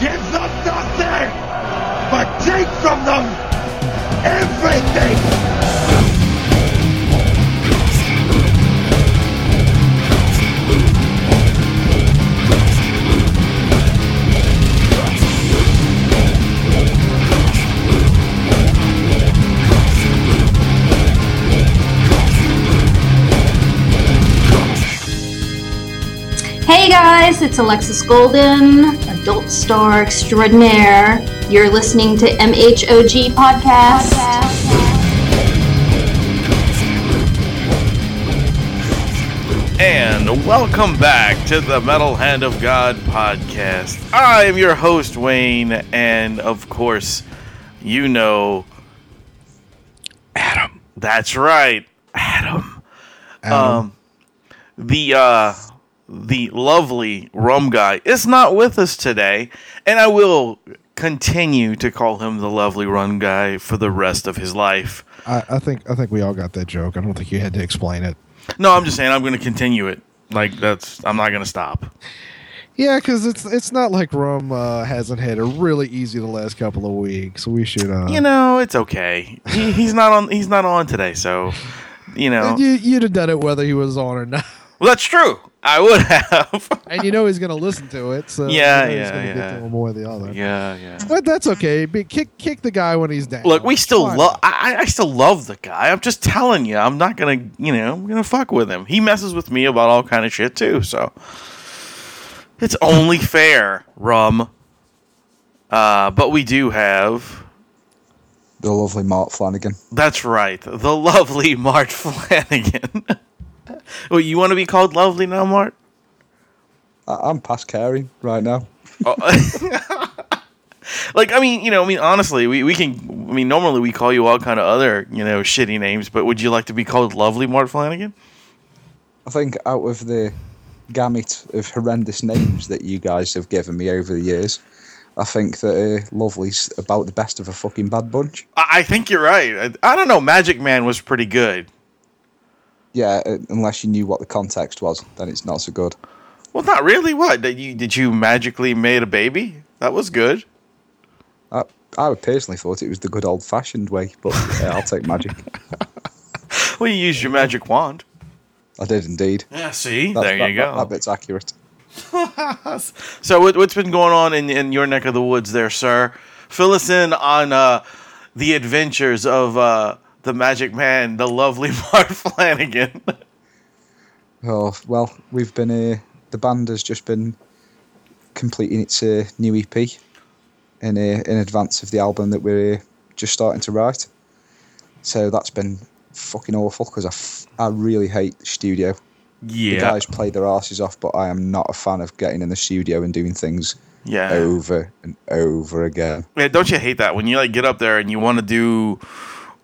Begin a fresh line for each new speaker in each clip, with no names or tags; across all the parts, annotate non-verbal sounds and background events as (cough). Give them nothing, but take from them everything.
Hey guys, it's Alexis Golden, adult star extraordinaire. You're listening to MHOG Podcast.
And welcome back to the Metal Hand of God podcast. I am your host, Wayne, and of course, you know Adam. That's right, Adam. Um, the uh, the lovely rum guy is not with us today, and I will continue to call him the lovely rum guy for the rest of his life.
I, I think I think we all got that joke. I don't think you had to explain it.
No, I'm just saying I'm going to continue it. Like that's I'm not going to stop.
Yeah, because it's it's not like Rum uh, hasn't had it really easy the last couple of weeks. We should, uh,
you
you
know, it's okay. He, he's not on. He's not on today. So, you know,
you, you'd have done it whether he was on or not, (laughs)
well, that's true. I would have. (laughs)
and you know he's gonna listen to it. So you
Yeah,
know he's
yeah,
gonna get
yeah.
to one or the other.
yeah, yeah.
But that's okay. Be, kick kick the guy when he's down.
Look, we still
Fine.
love. I, I- I still love the guy. I'm just telling you. I'm not gonna. You know, I'm gonna fuck with him. He messes with me about all kind of shit too. So, it's only fair, rum. Uh, but we do have
the lovely Mark Flanagan.
That's right. The lovely Mart (laughs) Flanagan. (laughs) well, you want to be called lovely now, Mart?
I- I'm past caring right now.
Oh. like, I mean, you know, I mean, honestly, we, we can, I mean, normally we call you all kind of other, you know, shitty names, but would you like to be called lovely Mart Flanagan?
I think out of the gamut of horrendous names that you guys have given me over the years, I think that uh, Lovely's about the best of a fucking bad bunch.
I, I think you're right. I, I don't know. Magic Man was pretty good.
Yeah, uh, unless you knew what the context was, then it's not so good.
Well, not really. What? Did you, did you magically made a baby? That was good.
I, I personally thought it was the good old fashioned way, but uh, I'll take magic. (laughs)
Well, you used your magic wand.
I did indeed.
Yeah, see?
That's-
there you
that-
go.
That, that bit's accurate.
So what, what's been going on in, in your neck of the woods there, sir? Fill us in on uh, the adventures of uh, the magic man, the lovely (laughs) Mark Flanagan.
Oh well, we've been uh, the band has just been completing its uh, new EP in uh, in advance of the album that we're uh, just starting to write. So that's been fucking awful because I, f- I really hate the studio. The
yeah.
guys play their asses off, but I am not a fan of getting in the studio and doing things
Yeah.
over and over again.
Yeah, don't you hate that when you like get up there and you want to do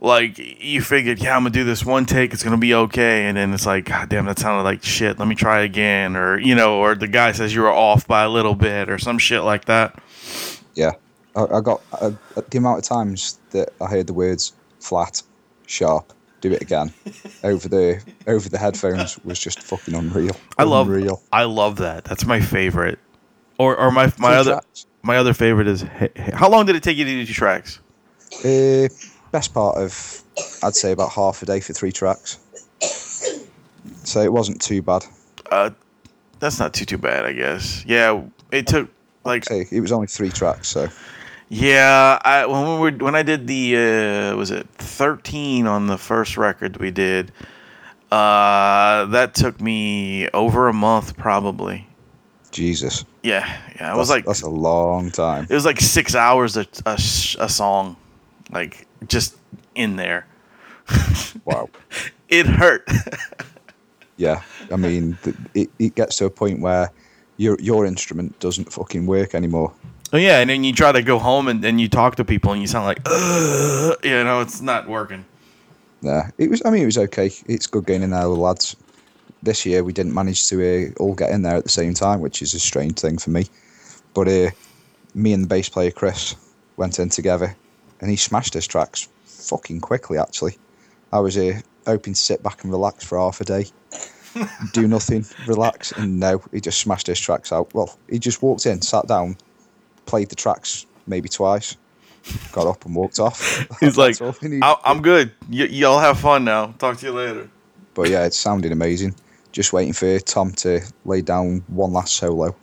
like you figured, yeah, I'm gonna do this one take, it's gonna be okay, and then it's like, God damn, that sounded like shit. Let me try again, or you know, or the guy says you were off by a little bit, or some shit like that.
Yeah, I, I got uh, the amount of times that I heard the words flat, sharp, do it again over the over the headphones was just fucking unreal.
I love
unreal.
I love that. That's my favorite. Or or my my
Two
other
tracks.
my other favorite is hey, Hey- how long did it take you to do two tracks?
Uh, best part of I'd say about half a day for three tracks. So it wasn't too bad.
Uh, that's not too too bad, I guess. Yeah, it took like
So it was only three tracks. So
yeah. I when we were when I did the uh, was it thirteen on the first record we did. Uh, that took me over a month probably.
Jesus,
Yeah, yeah. It was
that's-
like
that's a long time.
(laughs) it was like six hours a a, sh- a song, like just in there.
Wow.
It hurt. (laughs)
Yeah, I mean, th- it, it gets to a point where your your instrument doesn't fucking work anymore.
Oh yeah, and then you try to go home and then you talk to people and you sound like, Ugh, you know, it's not working.
Nah, it was. I mean, it was okay. It's good going in there with the lads. This year we didn't manage to uh, all get in there at the same time, which is a strange thing for me. But uh, me and the bass player Chris went in together, and he smashed his tracks fucking quickly. Actually, I was uh, hoping to sit back and relax for half a day, do nothing, relax, and no, he just smashed his tracks out. Well, he just walked in, sat down, played the tracks maybe twice, got up and walked off.
(laughs) He's like,
(laughs) That's all we need.
I- I'm good. Y- y'all have fun now. Talk to you later.
But yeah, it sounded amazing. Just waiting for Tom to lay down one last solo,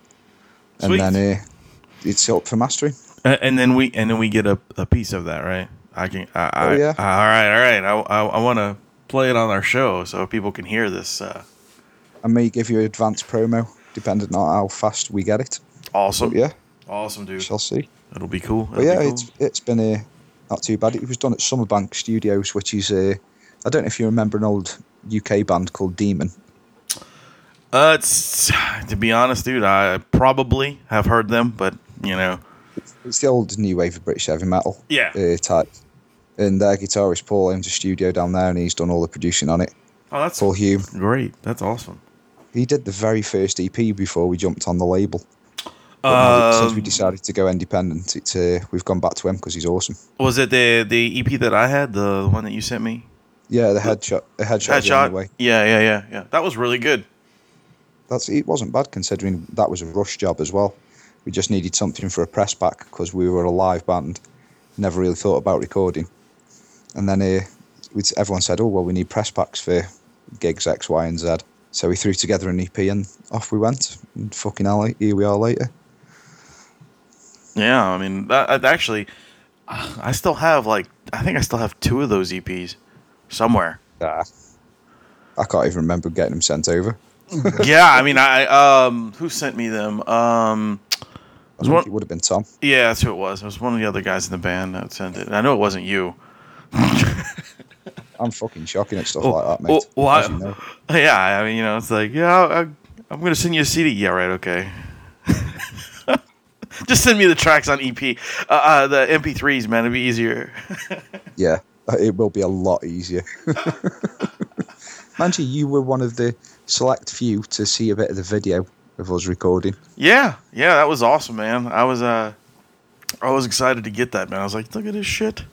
and
Sweet.
then uh, it's up for mastering.
A- Uh, and then we and then we get a, a piece of that, right? I can. I, I,
Oh, yeah.
all right, all right. I I, I want to play it on our show so people can hear this. Uh,
I may give you advanced promo, depending on how fast we get it.
awesome.
But yeah,
Awesome, dude.
shall see.
It'll be cool. It'll
But yeah,
be cool.
it's it's been uh, not too bad. It was done at Summerbank Studios, which is uh, I don't know if you remember an old UK band called Demon.
Uh, it's to be honest, dude. I probably have heard them, but you know,
It's the old new wave of British heavy metal.
Yeah.
Uh, type. And their guitarist Paul owns a studio down there, and he's done all the producing on it.
oh, that's
Paul Hume.
great. That's awesome.
He did the very first EP before we jumped on the label. But now that- since we
Um,
decided to go independent, it's uh, we've gone back to him because he's awesome.
was it the the EP that I had, the one that you sent me?
Yeah, the headshot, the headshot, headshot.
Headshot.
Way.
Yeah, yeah, yeah, yeah. That was really good.
That's it wasn't bad considering that was a rush job as well. We just needed something for a press pack because we were a live band. Never really thought about recording, and then uh, we'd- everyone said, "Oh well, we need press packs for gigs X, Y, and Z." So we threw together an EP and off we went. And fucking hell, here we are later.
Yeah, I mean, that, that actually, I still have like I think I still have two of those EPs somewhere.
Ah. I can't even remember getting them sent over.
yeah, I mean, I um, who sent me them? Um,
I think
one-
it would have been Tom.
yeah, that's who it was. It was one of the other guys in the band that sent it. I know it wasn't you.
I'm fucking shocking at stuff
Oh,
like that,
oh,
mate.
well,
As you know.
I, (laughs) yeah, I mean, you know, it's like, yeah, I, I'm going to send you a CD. Yeah, right, okay. (laughs) Just send me the tracks on EP, uh, uh, the MP3s, man. It'd be easier.
Yeah, uh, it will be a lot easier. (laughs) Manji, you were one of the select few to see a bit of the video of us recording.
yeah, yeah, that was awesome, man. I was, uh, I was excited to get that, man. I was like, look at this shit.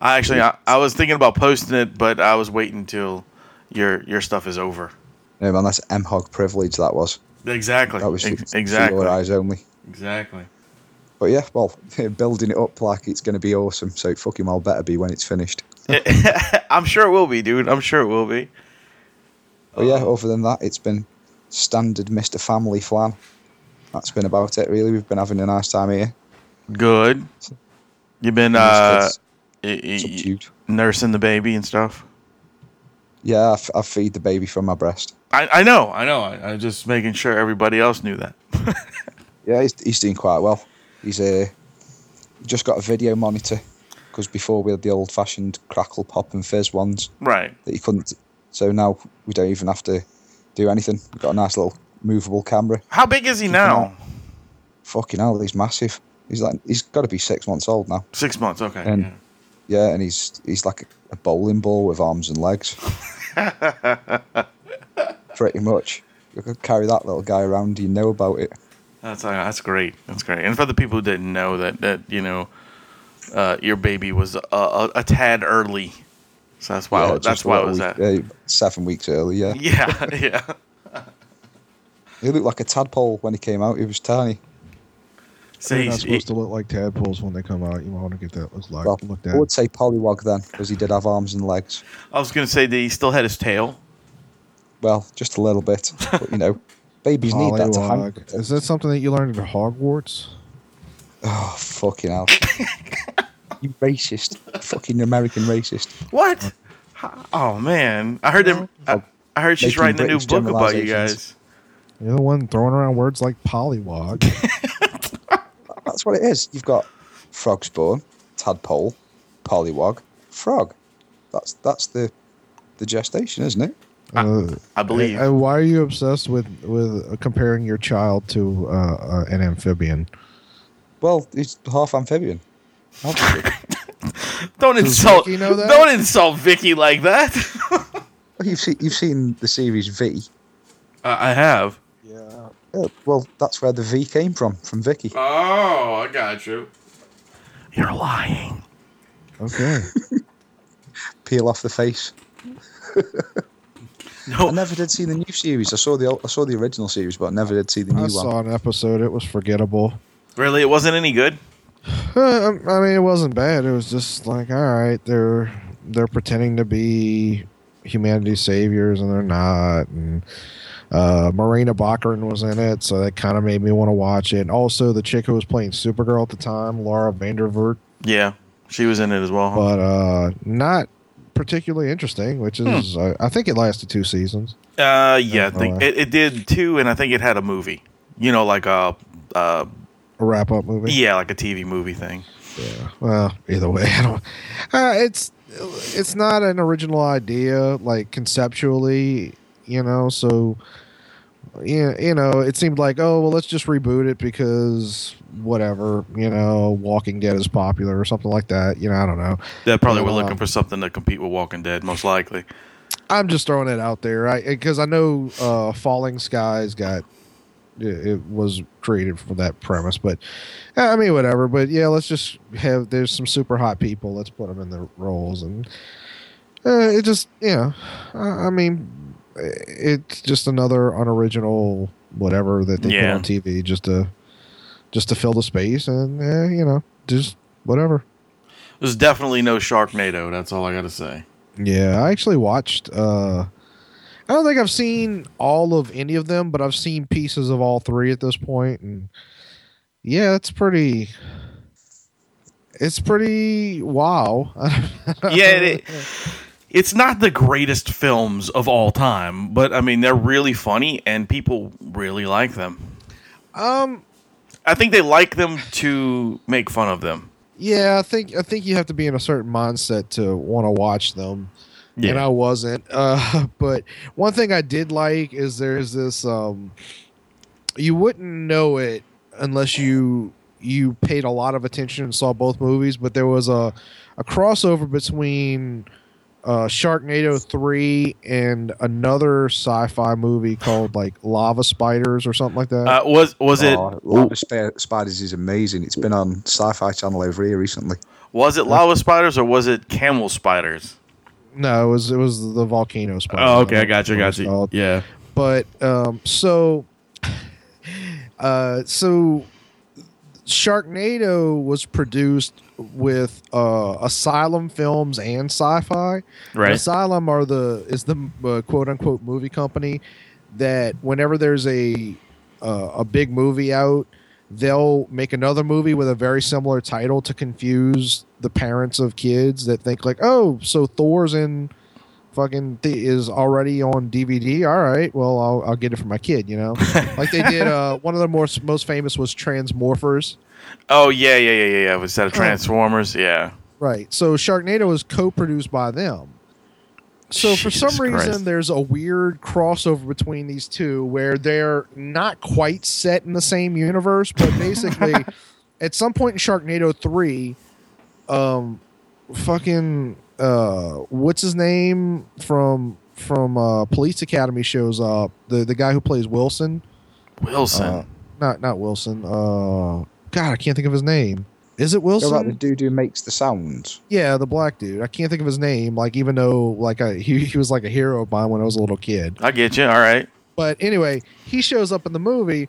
I actually, I, I was thinking about posting it, but I was waiting till your your stuff is over.
No man, that's M Hog privilege. That was
Exactly.
that was
Ex-
for- for
exactly.
your eyes only.
Exactly. (laughs)
But yeah, well, (laughs) building it up like it's going to be awesome. So fucking well, better be when it's finished.
I'm sure it will be, dude. I'm sure it will be.
But yeah, other than that, it's been standard Mister Family flan. That's been about it, really. We've been having a nice time here.
Good. You've been uh,
Just
y- y-
subdued.
nursing the baby and stuff.
Yeah, I, f- I feed the baby from my breast.
I, I know, I know. I, I'm just making sure everybody else knew that.
Yeah, he's, he's doing quite well. He's uh, just got a video monitor because before we had the old-fashioned crackle pop and fizz ones
right.
that you couldn't. So now we don't even have to do anything. We've got a nice little movable camera.
How big is he now?
Fucking hell, he's massive. He's like he's got to be six months old now.
Six months. Okay.
And-
yeah.
Yeah, and he's he's like a bowling ball with arms and legs. Pretty much. You could carry that little guy around. You know about it.
That's uh, that's great. That's great. And for the people who didn't know that that you know, uh, your baby was a, a, a tad early, so that's why
Yeah,
that's
just
why it
about a
was
week-
that.
uh, seven weeks early.
(laughs)
Yeah.
Yeah, yeah.
He looked like a tadpole when he came out. He was tiny.
So
They're
he's,
not
he-
supposed to look like tadpoles when they come out. You want to get that look like
Well,
looked
I
at.
would say polywog then, because he did have arms and legs.
I was gonna say that he still had his tail.
Well, just a little bit, but you know, babies need that to hang.
Polywog. Is that something that you learned at Hogwarts?
Oh fucking hell! you racist, fucking American racist.
Uh,
What? Ho- Oh man, I heard them. I, I heard she's
Making
writing a new
British
book about you guys.
generalizations.
You're the one throwing around words like polywog.
That's what it is. You've got frog spawn, tadpole, polywog, frog. That's that's the the gestation, isn't it?
Uh,
I believe.
and why are you obsessed with with comparing your child to uh, uh, an amphibian?
Well, he's half amphibian. obviously.
don't insult.
Vicky know that?
Don't insult Vicky like (laughs) that.
you've seen you've seen the series V.
Uh, I I have.
Yeah.
Yeah, well, that's where the V came from, from Vicky.
Oh, I got you. You're lying.
Okay.
Peel off the face.
No,
I never did see the new series. I saw the old, I saw the original series, but I never did see the
(laughs)
new
I
one.
saw an episode. It was forgettable. (laughs)
Really, it wasn't any good.
Uh, I I mean, it wasn't bad. It was just like, all right, they're they're pretending to be humanity's saviors, and they're not. And uh, Marina Bachman was in it, so that kind of made me want to watch it. And also, the chick who was playing Supergirl at the time, Laura Vandervoort,
Yeah, she was in it as well. huh?
but uh, not particularly interesting. Which is, uh, I think it lasted two seasons.
Uh, yeah, I think
Oh, uh,
it, it did too, and I think it had a movie. You know, like a uh,
A wrap up movie.
yeah, like a TV movie thing.
Well, either way, (laughs) I don't. Uh, it's it's not an original idea, like conceptually, you know. So, yeah, you know, it seemed like, oh well, let's just reboot it because whatever, you know, Walking Dead is popular or something like that. You know, I don't know.
They probably were
Wow.
looking for something to compete with Walking Dead, most likely.
I'm just throwing it out there, I because I know uh, Falling Skies got it, it was created for that premise, but uh, I mean whatever. But yeah, let's just have there's some super hot people. Let's put them in the roles, and uh, it just you know, I, I mean, it's just another unoriginal whatever that they
Yeah.
put on TV just to just to fill the space, and eh, you know, just whatever.
There's definitely no Sharknado. That's all I gotta say.
Yeah, I actually watched. uh I don't think I've seen all of any of them, but I've seen pieces of all three at this point, and yeah, it's pretty. It's pretty wow. (laughs)
Yeah, it, it's not the greatest films of all time, but I mean they're really funny and people really like them.
um.
I think they like them to make fun of them.
Yeah, I think I think you have to be in a certain mindset to want to watch them. and I wasn't. (laughs) Uh, but one thing I did like is there's this um, you wouldn't know it unless you you paid a lot of attention and saw both movies. But there was a a crossover between uh, Sharknado three and another sci-fi movie called like Lava Spiders or something like that.
uh, was was it
Oh, Love of Sp- Spiders is amazing. It's been on Sci-Fi Channel over here recently.
was it lava spiders or was it camel spiders?
no, it was it was the volcano spider.
Oh, gotcha,
What it's called.
Yeah,
but um, so uh, so Sharknado was produced with uh, Asylum Films and Sci-Fi.
Right.
Asylum are the is the uh, quote unquote movie company that whenever there's a uh, a big movie out, they'll make another movie with a very similar title to confuse the parents of kids that think like, oh, so Thor's in fucking th- is already on DVD. All right, well, I'll, I'll get it for my kid. You know, like they did. Uh, one of the most most famous was Transmorphers.
Oh yeah, yeah, yeah, yeah, yeah. Was that a Transformers? Yeah.
Right. So Sharknado was co-produced by them. So for
Jesus
some reason
Christ.
there's a weird crossover between these two where they're not quite set in the same universe, but basically
(laughs)
at some point in Sharknado 3 um fucking uh what's his name from from uh Police Academy shows up, the the guy who plays Wilson.
Wilson.
Uh, not not Wilson. Uh god, I can't think of his name. Is it
What
Wilson?
about the dude who makes the sounds?
Yeah, the black dude. I can't think of his name. Like, even though like I, he he was like a hero of mine when I was a little kid.
I get you. All right.
But anyway, he shows up in the movie,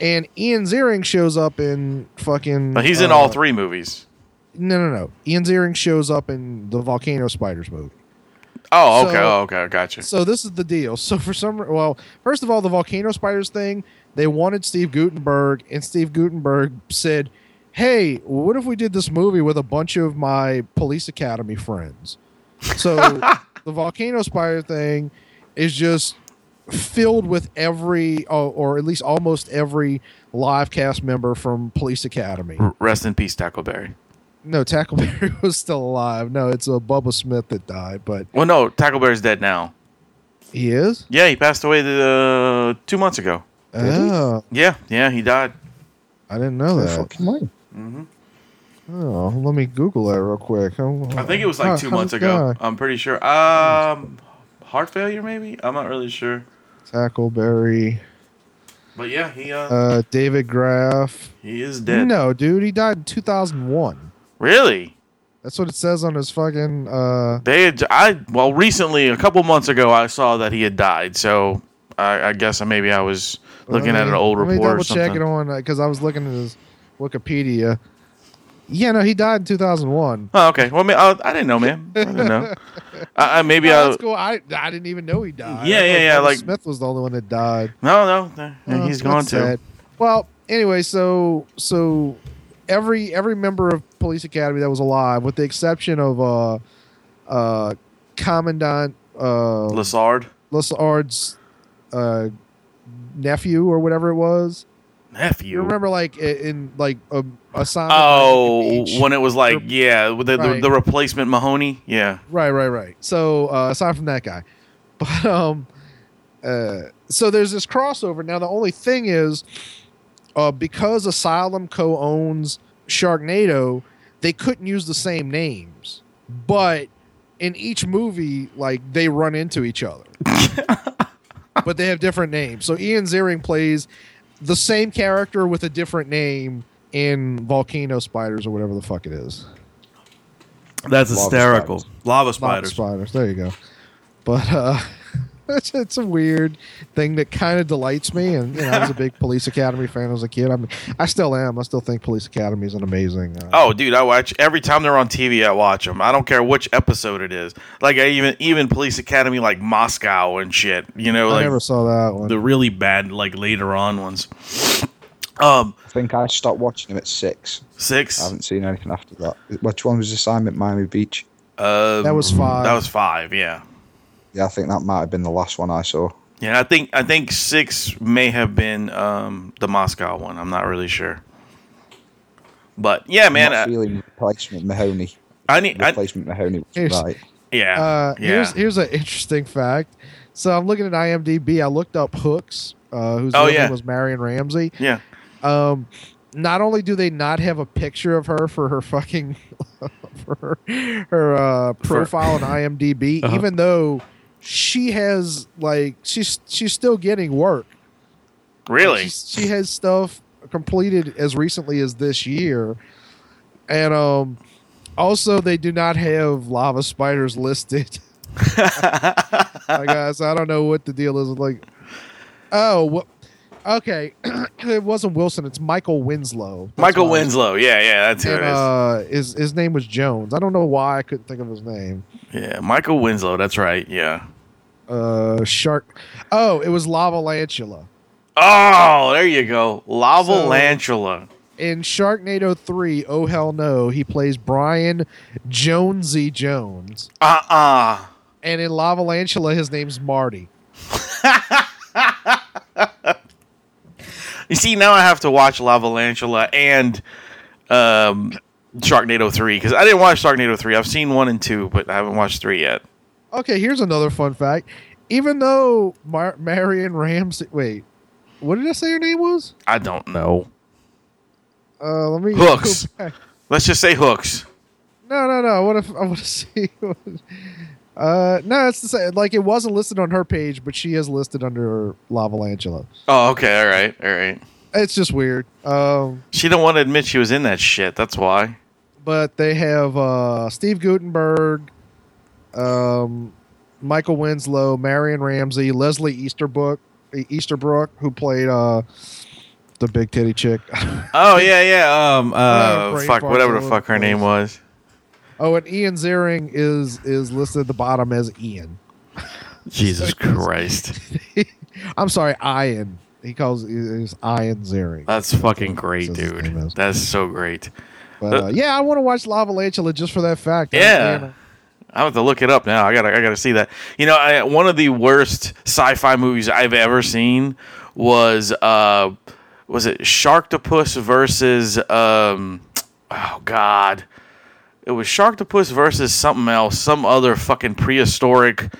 and Ian Ziering shows up in fucking.
But he's in
uh,
all three movies.
No, no, no. Ian Ziering shows up in the Volcano Spiders movie.
Oh, okay.
so-
oh, okay. I got you.
So this is the deal. So for some, well, first of all, the Volcano Spiders thing. They wanted Steve Gutenberg, and Steve Gutenberg said, "Hey, what if we did this movie with a bunch of my Police Academy friends?" So the Volcano Spider thing is just filled with every, or, or at least almost every live cast member from Police Academy.
R- Rest in peace, Tackleberry.
No, (laughs) Tackleberry was still alive. No, it's a Bubba Smith that died, but
Well, no, Tackleberry's dead now.
he is.
Yeah, he passed away the, uh, two months ago.
Oh,
Yeah, yeah, he died.
I didn't know that.
Fucking way.
Oh, let me Google that real quick. Oh,
I think it was like
how-
two
how
months
did
ago.
that
I'm pretty sure. Um, heart failure, maybe. I'm not really sure.
Tackleberry,
But yeah, he uh,
uh, David Graff.
he is dead.
No, dude, he died in 2001.
Really?
That's what it says on his fucking. Uh,
They had, I well recently a couple months ago I saw that he had died. So I, I guess maybe I was looking
let
at
me-
an old
let me
report or
double check
something.
it on because uh, I was looking at his Wikipedia. Yeah, no, he died in 2001.
Oh, okay. Well, I, mean, I, I didn't know, man. I didn't
(laughs)
know. I, I maybe
Oh,
I.
that's cool. I, I didn't even know he died.
Yeah, yeah,
I thought
yeah,
Kevin
like-
Smith was the only one that died.
No, no, no.
Oh,
he's
that's
gone to.
sad. Well, anyway, so so every every member of Police Academy that was alive, with the exception of uh uh Commandant uh
Lassard.
Lessard's uh nephew or whatever it was. You
Nephew.
remember like i- in like a assignment.
Oh,
Beach?
when it was like,
Rep-
yeah, with the, the,
Right.
the replacement Mahoney. Yeah.
Right, right, right. So uh, aside from that guy, (laughs) but um, uh, so there's this crossover. Now the only thing is, uh, because Asylum co-owns Sharknado, they couldn't use the same names. But in each movie, like they run into each other, but they have different names. So Ian Ziering plays the same character with a different name in Volcano Spiders or whatever the fuck it is.
That's
Lava
hysterical. Lava spiders.
Lava spiders. There you go. But uh, (laughs) it's, it's a weird thing that kind of delights me. And you know, I was a big Police Academy fan as a kid. I mean, I still am. I still think Police Academy is an amazing. Uh,
Oh, dude, I watch every time they're on TV. I watch them. I don't care which episode it is. Like I even even Police Academy, like Moscow and shit. You know,
I
like
never saw that one.
the really bad, like later on ones. Um,
I think I stopped watching him at six.
six.
Um,
I haven't seen anything after that. Which one was assignment Miami Beach?
Um,
That was five.
That was five. Yeah,
Yeah, I think that might have been the last one I saw.
yeah. I think I think six may have been um, the Moscow one. I'm not really sure. But yeah, man,
not
I,
feeling replacement Mahoney.
I need. I,
Replacement Mahoney was
Here's-
right.
yeah,
Uh,
yeah.
Here's here's an interesting fact. So I'm looking at IMDb. I looked up Hooks, uh, whose
Oh,
real name
yeah.
was Marion Ramsey.
yeah.
Um, not only do they not have a picture of her for her fucking (laughs) for her, her uh, profile on IMDb,
Uh-huh.
even though she has like she's she's still getting work.
Really?
She's- she has stuff completed as recently as this year, and um, also they do not have lava spiders listed. (laughs) I guess I don't know what the deal is. Like, oh, what? Okay, (clears throat) it wasn't Wilson. It's Michael Winslow. That's
Michael
why.
Winslow. Yeah, yeah. That's who
And,
it is.
uh, his his name was Jones. I don't know why I couldn't think of his name.
Yeah, Michael Winslow. That's right. Yeah.
Uh, shark. Oh, it was Lavalantula.
Oh, there you go. Lavalantula.
In Sharknado 3, Oh Hell No, he plays Brian Jonesy Jones.
Uh uh
And in Lavalantula, his name's Marty.
You see, now I have to watch Lavalantula and um, Sharknado 3 because I didn't watch Sharknado 3. I've seen 1 and 2, but I haven't watched 3 yet.
Okay, here's another fun fact. Even though Mar- Marion Ramsey. Wait, what did I say her name was?
I don't know.
Uh, let me. go
Hooks.
back.
Let's just say Hooks.
No, no, no. What if I want to (laughs) see? what- Uh, no, it's the same. Like it wasn't listed on her page, but she is listed under Lavalantula.
Oh, okay. All right. All right.
It's just weird. Um,
She don't want to admit she was in that shit. That's why.
but they have uh, Steve Gutenberg, um, Michael Winslow, Marion Ramsey, Leslie Easterbrook, Easterbrook, who played uh, the big titty chick. (laughs)
Oh, yeah, yeah. Um, uh,
brain
fuck,
farts
whatever
all
the
over
fuck
the
her name
place.
was.
oh, and Ian Ziering is is listed at the bottom as Ian. (laughs)
Jesus Christ.
I'm sorry, Ian. He calls is Ian Ziering.
That's fucking great,
That's his name
dude.
is.
That's so great.
But uh, yeah, I want to watch Lava Lantula just for that fact. I
Yeah.
understand.
I have to look it up now. I gotta, I gotta see that. You know, I, one of the worst sci-fi movies I've ever seen was, uh, was it Sharktopus versus, um, oh god, it was Sharktopus versus something else, some other fucking prehistoric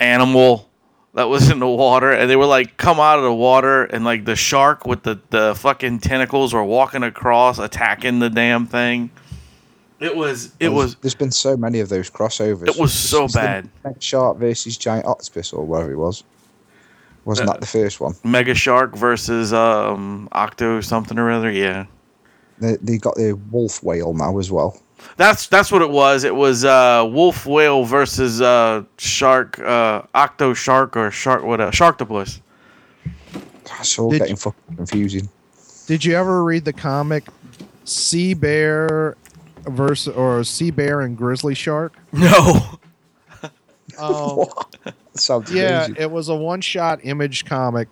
animal that was (laughs) in the water, and they were like come out of the water, and like the shark with the the fucking tentacles were walking across, attacking the damn thing. It was, it was.
There's been so many of those crossovers.
It was so
It's the
bad.
Shark versus Giant Octopus, or whatever it was. Wasn't
Uh,
that the first one?
Mega Shark versus um Octo something or other. Yeah,
They, they got the wolf whale now as well.
that's that's what it was. It was uh Wolf Whale versus uh Shark uh Octo Shark or Shark what uh, Sharktopus.
It's all
Did-
getting fucking confusing.
Did you ever read the comic Sea Bear versus or Sea Bear and Grizzly Shark?
No.
Um,
What? That sounds
yeah,
crazy.
it was a one-shot image comic.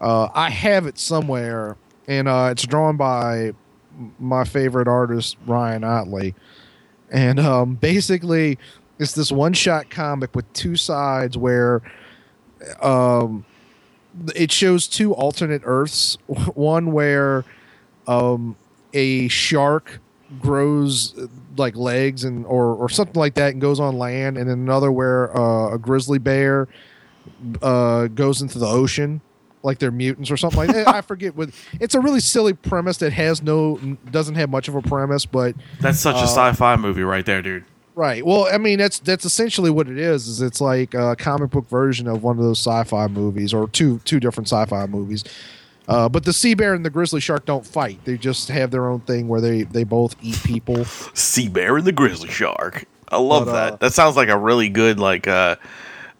Uh, I have it somewhere, and uh, it's drawn by m- my favorite artist Ryan Otley. And um, basically, it's this one-shot comic with two sides where um, it shows two alternate Earths. (laughs) One where um, a shark grows uh, like legs and or, or something like that and goes on land and then another where uh, a grizzly bear uh, goes into the ocean like they're mutants or something like that i forget what it's a really silly premise that has no doesn't have much of a premise but
That's
Uh,
such a sci-fi movie right there, dude.
right well i mean that's that's essentially what it is is it's like a comic book version of one of those sci-fi movies or two two different sci-fi movies uh, but the sea bear and the grizzly shark don't fight they just have their own thing where they they both eat people
Sea bear and the grizzly shark. I love
But,
that.
uh,
that sounds like a really good like uh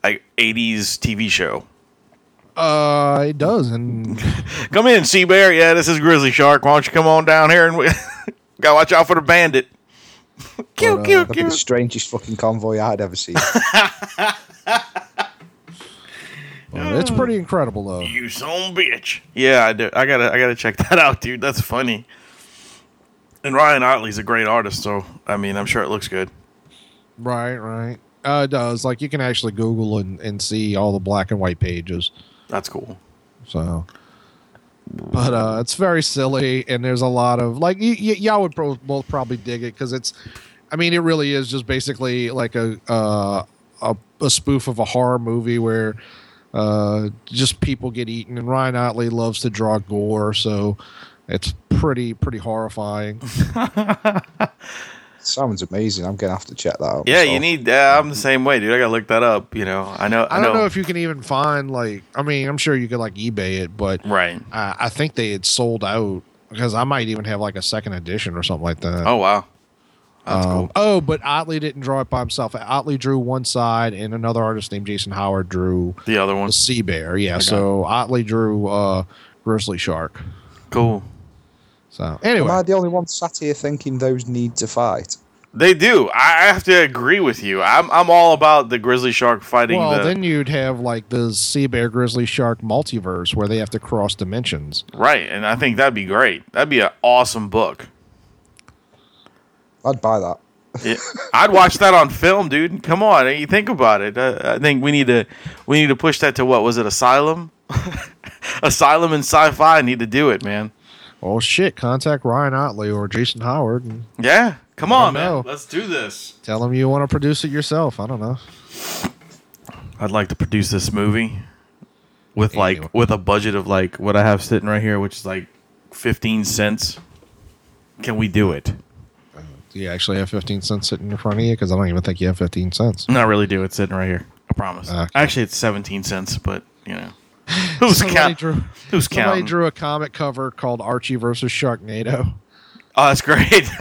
like 80s TV show.
Uh, it does, and
Come in, sea bear. Yeah, this is grizzly shark. Why don't you come on down here and we (laughs) got to watch out for the bandit. (laughs) Kill, kill,
uh, That'd be
kill.
the strangest fucking convoy I'd
(laughs)
ever seen.
well, it's pretty incredible, though.
You some bitch. Yeah, I do. I gotta, I gotta check (laughs) that out, dude. That's funny. And Ryan Otley's a great artist, so I mean, I'm sure it looks good.
Right, right. Uh, it does. Like you can actually Google and, and see all the black and white pages.
That's cool.
So, but uh, it's very silly, and there's a lot of like y- y- y'all would pro- both probably dig it because it's, I mean, it really is just basically like a uh, a, a spoof of a horror movie where uh, just people get eaten, and Ryan Otley loves to draw gore, so it's pretty pretty horrifying.
sounds amazing. I'm gonna have to check that out.
Yeah, you
myself.
need. Yeah, I'm the same way, dude. I gotta look that up. You know, I know.
(laughs) I don't know if you can even find like. I mean, I'm sure you could like eBay it, but
right.
uh, I think they had sold out because I might even have like a second edition or something like that.
Oh wow. That's
Um,
cool.
Oh, but Otley didn't draw it by himself. Otley drew one side, and another artist named Jason Howard drew
The other
the
one.
sea bear. Yeah, so Otley drew uh, grizzly shark.
Cool.
So
Am I
anyway,
the only one sat here thinking those need to fight?
They do. I I have to agree with you. I'm, I'm all about the grizzly shark fighting
well
the
then you'd have like the sea bear grizzly shark multiverse where they have to cross dimensions.
right, and I think that'd be great. That'd be an awesome book.
I'd buy that.
Yeah, I'd watch that on film, dude. Come on, you think about it. Uh, I, I think we need to we need to push that to what was it? Asylum, (laughs) Asylum and sci-fi need to do it, man.
Oh shit! Contact Ryan Otley or Jason Howard and
Yeah, come on, man.
know.
Let's do this.
tell them you want to produce it yourself. I don't know.
I'd like to produce this movie with
Anyway.
like with a budget of like what I have sitting right here, which is like fifteen cents. Can we do it?
Do you actually have 15 cents sitting in front of you? Because I don't even think you have 15 cents.
Not really do it sitting right here. I promise.
Okay.
Actually, it's seventeen cents, but you
(laughs)
know, who's
Somebody
count?
drew-
Who's
Somebody
counting?
drew a comic cover called Archie versus Sharknado,
oh, that's great. (laughs)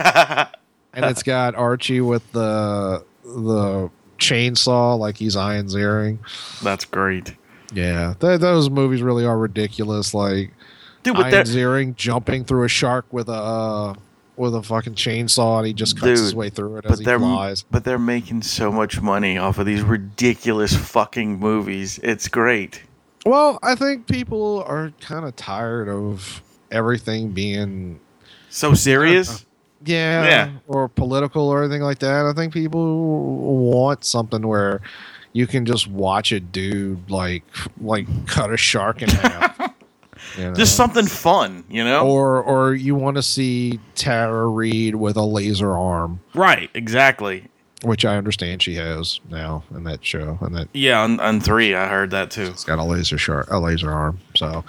and it's got Archie with the the chainsaw like he's Iron Zearing.
that's great.
Yeah, th- those movies really are ridiculous. Like
Dude, but
Iron
that,
Zearing jumping through a shark with a uh, with a fucking chainsaw, and he just cuts his
Dude,
way through it as
but
he
they're
flies.
but they're making so much money off of these ridiculous fucking movies. It's great.
Well, I think people are kind of tired of everything being
So serious.
yeah,
Yeah.
or political or anything like that. I think people want something where you can just watch a dude like like cut a shark
(laughs)
in half. you know?
Just um, something fun, you know?
or or you want to see Tara Reed with a laser arm,
right, exactly.
which I understand she has now in that show, and that
Yeah, on, on three, I heard that too.
it's got a laser shark, a laser arm. So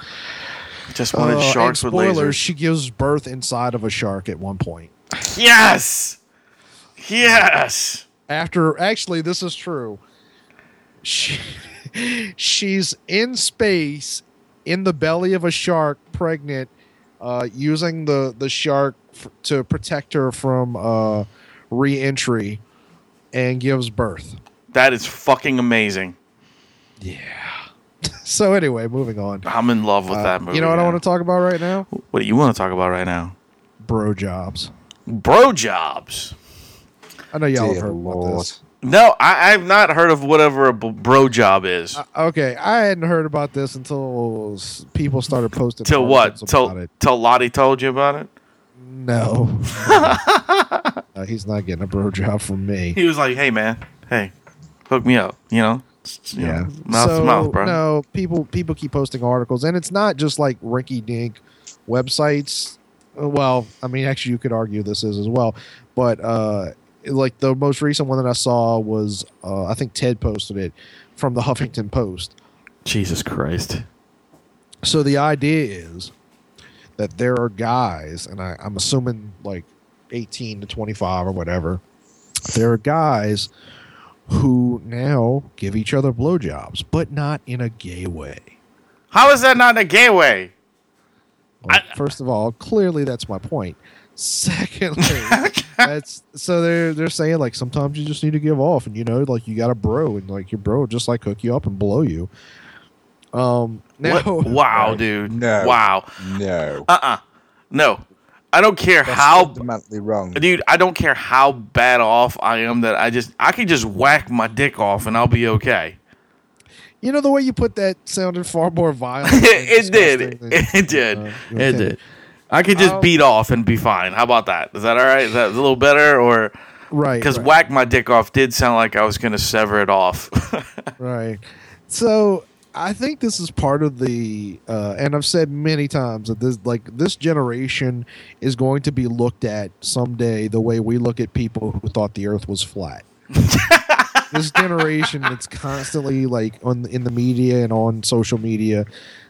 Just wanted
Uh,
sharks
and
with
spoilers,
lasers.
She gives birth inside of a shark at one point.
Yes, yes.
after actually this is true she, (laughs) she's in space in the belly of a shark pregnant uh, using the the shark f- to protect her from uh, re-entry and gives birth
That is fucking amazing.
yeah so anyway, moving on.
I'm in love with
Uh,
that movie.
you know what I
man.
want to talk about right now?
What do you want to talk about right now?
Bro jobs.
Bro jobs.
I know y'all have
Dear
heard about
Oh, Lord.
this.
No, I, I've not heard of whatever a b- bro job is.
Uh, Okay, I hadn't heard about this until s- people started posting.
till what?
articles about
Till
it.
till Lottie told you about it.
No, No, he's not getting a bro job from me.
He was like, "Hey man, hey, hook me up." You know, It's- you know, mouth
so,
to mouth, bro.
No, people people keep posting articles, and it's not just like rinky dink websites. Uh, Well, I mean, actually, you could argue this is as well, but uh, like the most recent one that I saw was uh, I think Ted posted it from the (laughs) Huffington Post.
Jesus Christ.
So the idea is that there are guys, and I, I'm assuming like 18 to 25 or whatever, there are guys who now give each other blowjobs, but not in a gay way.
How is that not a gay way?
Well, first of all, clearly that's my point.
(laughs)
Secondly, that's so they're they're saying like sometimes you just need to give off, and you know, like you got a bro, and like your bro will just like hook you up and blow you. Um, now,
What?
(laughs)
Wow, dude.
No.
Wow.
No.
Uh uh No. I don't care how
fundamentally wrong.
dude, I don't care how bad off I am that I just I can just whack my dick off and I'll be okay. (laughs)
You know the way you put that sounded far
(laughs)
more violent. and
it did.
disgusting than-
(laughs) It did.
uh, you
it
okay?
did. I could just
Um,
beat off and be fine. How about that? Is that all right? Is that a little better or
Right.
because
Because right,
whack my dick off did sound like I was going to sever it off. (laughs)
right. So I think this is part of the, uh, and I've said many times that this like this generation is going to be looked at someday the way we look at people who thought the Earth was flat. this generation that's constantly like on in the media and on social media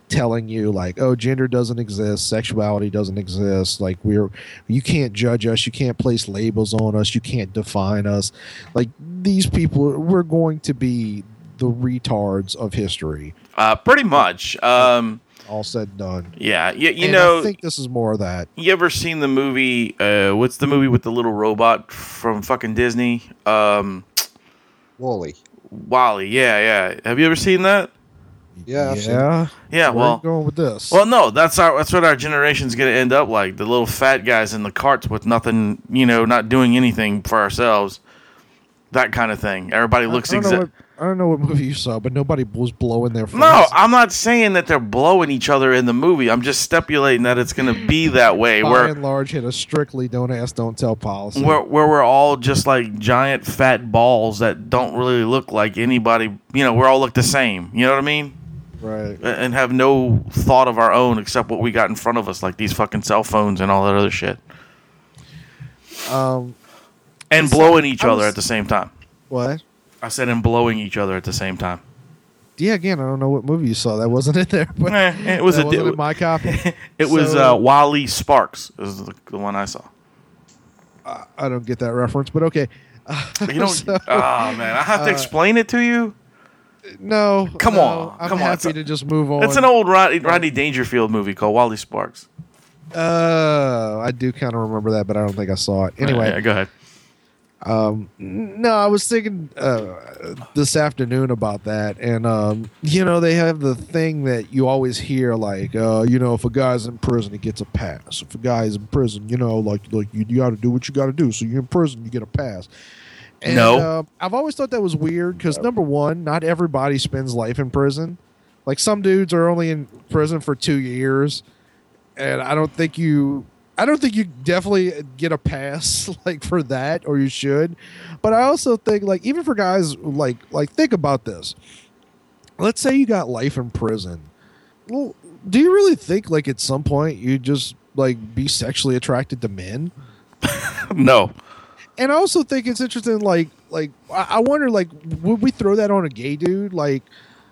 telling you like oh gender doesn't exist sexuality doesn't exist like we're you can't judge us you can't place labels on us you can't define us like these people we're going to be the retards of history
uh, pretty much. Um,
all said and done
yeah. You, you
And
know,
i think this is more of that
you ever seen the movie? Uh, what's the movie with the little robot from fucking Disney? Um,
Wally.
Wally. Yeah, yeah. Have you ever seen that?
Yeah. I've seen it.
yeah
Yeah.
where are you
well,
going with this
Well, no, that's our that's what our generation's gonna end up like. The little fat guys in the carts with nothing, you know, not doing anything for ourselves. That kind of thing. Everybody
I-
looks
I, don't know
exact.
what, I don't know what movie you saw but nobody was blowing
No,
their friends.
I'm not saying that they're blowing each other in the movie. I'm just stipulating that it's gonna be that way.
by
Where
and large hit a strictly don't ask, don't tell policy.
where, where we're all just like giant fat balls that don't really look like anybody. You know, we're all look the same. You know what I mean?
right.
A- And have no thought of our own except what we got in front of us, like these fucking cell phones and all that other shit,
Um,
and blowing each
I
other
was-
at the same time.
what?
I said and blowing each other at the same time. (laughs)
Yeah, again, I don't know what movie you saw. That wasn't in there, but
Eh, it was
that
a
wasn't
di-
in
(laughs)
my copy.
It was
So-
uh, Wally Sparks is the, the one I (laughs) saw.
I don't get that reference, but okay.
You don't.
(laughs) So-
oh man, I have to explain it to you.
No,
Come
no,
on,
I'm
come on,
happy
it's a-
to just move on.
It's an old Rodney, Rodney Dangerfield movie called Wally Sparks.
Uh, I do kind of remember that, but I don't think I saw it. Anyway,
Yeah, go ahead.
no, I was thinking uh, this afternoon about that, and um, you know, they have the thing that you always hear, like, uh, you know, if a guy's in prison, he gets a pass. If a guy is in prison, you know, like, like you, you got to do what you got to do. So you're in prison, you get a pass. And,
No.
uh, I've always thought that was weird because number one, not everybody spends life in prison. Like some dudes are only in prison for two years, and I don't think you. I don't think you definitely get a pass (laughs) like for that, or you should. But I also think like even for guys like like think about this. Let's say you got life in prison. Well, do you really think like at some point you just like be sexually attracted to men?
(laughs) No,
and I also think it's interesting. Like, like I I wonder, like, would we throw that on a gay dude? Like,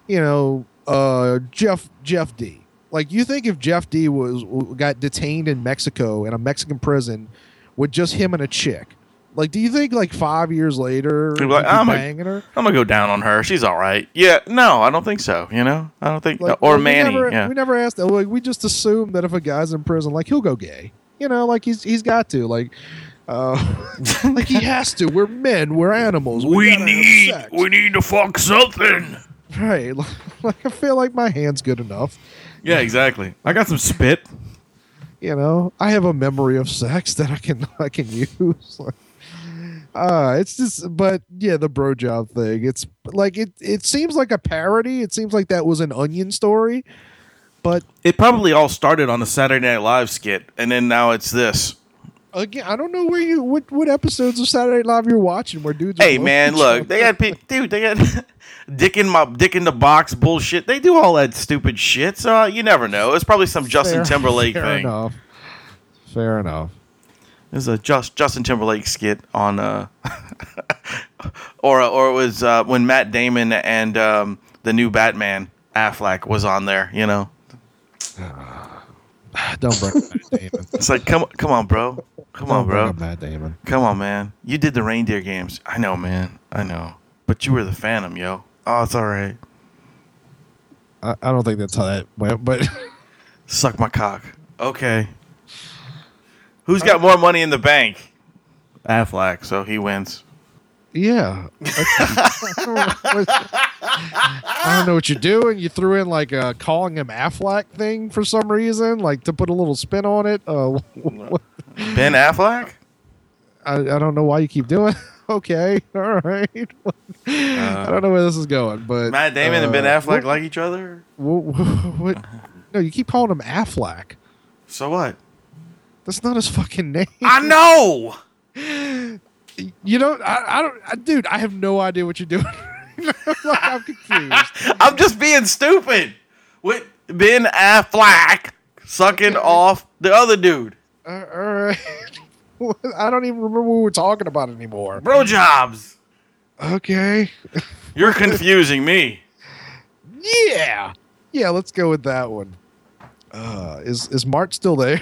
you know, uh, Jeff Jeff D. Like, you think if Jeff D. was got detained in Mexico in a Mexican prison with just him and a chick, like, do you think like five years later
He'd be like,
he'd be
"I'm a-
banging her?
I'm gonna go down on her. She's all right. Yeah, no, I don't think so. You know, I don't think.
Like,
or
we
Manny.
Never,
yeah.
We never asked that. Like, we just assume that if a guy's in prison, like he'll go gay. You know, like he's he's got to. Like, uh, (laughs) like he has to. We're men. We're animals. gotta have sex.
need to fuck something.
Right. (laughs) Like I feel like my hand's good enough.
Yeah, exactly. I got some spit.
You know, I have a memory of sex that I can (laughs) I can use. (laughs) Like, uh, it's just but yeah, the bro job thing. It's like it it seems like a parody. It seems like that was an onion story. But
It probably all started on a Saturday Night Live skit, and then now it's this.
again, I don't know where you what what episodes of Saturday Night Live you're watching where dudes. are
Hey man,
blowing each
look, they got pe- dude, they got (laughs) dick in my dick in the box bullshit. They do all that stupid shit. So uh, you never know. It's probably some
other.
Justin Timberlake
(laughs) fair
thing.
Enough. Fair enough.
There's a just Justin Timberlake skit on uh, (laughs) or or it was uh, when Matt Damon and um, the new Batman Affleck was on there. You know,
Don't bring up Matt Damon.
it's like come come on, bro, come
Don't
on,
bring
bro,
up Matt Damon.
come on, man. You did the reindeer games. I know, man. I know, but you were the Phantom, yo. Oh, it's all right.
I, I don't think that's how that went, but (laughs)
Suck my cock. Okay. Who's got more money in the bank? Affleck, so he wins.
yeah. I don't know what you're doing. You threw in like a calling him Affleck thing for some reason, like to put a little spin on it. Uh, (laughs)
Ben Affleck?
I, I don't know why you keep doing. (laughs) Okay, all right. I don't know where this is going, but
Uh, Matt Damon and Ben
uh,
Affleck like each other?
What, what, what- No, you keep calling him Affleck.
So what?
That's not his fucking name.
I know.
you don't. I, I don't. I, dude, I have no idea what you're doing. (laughs) like, I'm confused.
I'm just being stupid. With Ben Affleck sucking off the other dude.
(laughs) Uh, all right. I don't even remember what we were talking about anymore.
Bro jobs.
Okay.
You're confusing me.
Yeah. Yeah. Let's go with that one. Uh, is is Mart still there?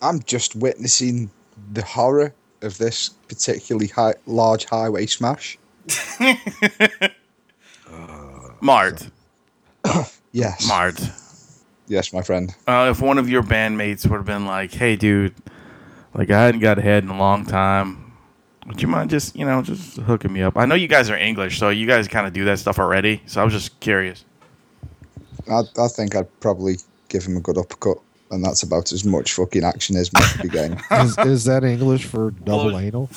I'm just witnessing the horror of this particularly high, large highway smash.
Mart.
Yes.
Mart.
Yes, my friend.
uh, if one of your bandmates would have been like, "Hey, dude, like I hadn't got head in a long time. Would you mind just you know just hooking me up? I know you guys are English, so you guys kind of do that stuff already. So I was just curious.
I, I think I'd probably give him a good uppercut, and that's about as much fucking action as must be game.
(laughs) Is, is that English for double
Blow-
anal?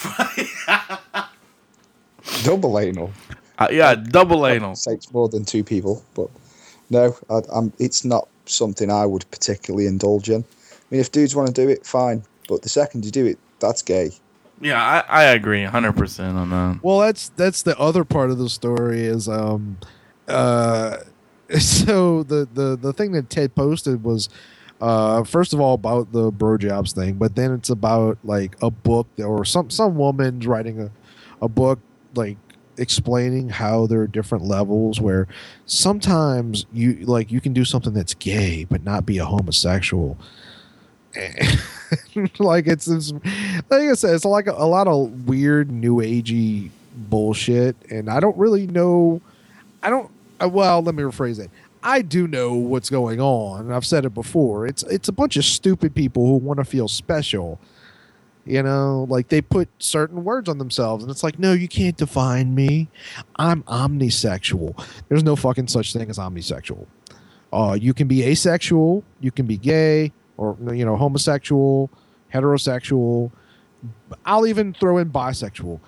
Double anal.
Uh, yeah, double anal.
Takes more than two people, but no, I, i it's not something I would particularly indulge in. I mean, if dudes want to do it, fine. But the second you do it, that's gay.
Yeah, I, I agree, hundred percent on that.
Well, that's that's the other part of the story is um uh (laughs) so the the the thing that Ted posted was uh first of all about the bro jobs thing, but then it's about like a book or some some woman's writing a a book like explaining how there are different levels where sometimes you like you can do something that's gay but not be a homosexual (laughs) like it's, it's like I said, it's like a, a lot of weird new agey bullshit, and I don't really know. I don't. uh, Well, let me rephrase it. I do know what's going on. and I've said it before. It's it's a bunch of stupid people who want to feel special. You know, like they put certain words on themselves, and it's like, no, you can't define me. I'm omnisexual. There's no fucking such thing as omnisexual. Uh, you can be asexual, you can be gay, or you know, homosexual, heterosexual. I'll even throw in bisexual.